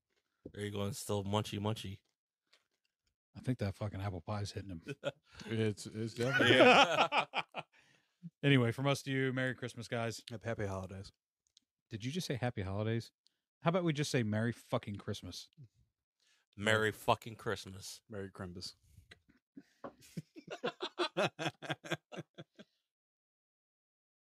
[SPEAKER 3] There you go. And still munchy munchy.
[SPEAKER 1] I think that fucking apple pie's hitting him.
[SPEAKER 2] it's it's definitely
[SPEAKER 3] [laughs] Yeah.
[SPEAKER 1] [laughs] anyway, from us to you, Merry Christmas, guys.
[SPEAKER 2] happy holidays.
[SPEAKER 1] Did you just say Happy Holidays? How about we just say Merry fucking Christmas?
[SPEAKER 2] [laughs]
[SPEAKER 3] Merry fucking Christmas.
[SPEAKER 2] Merry Crimbus.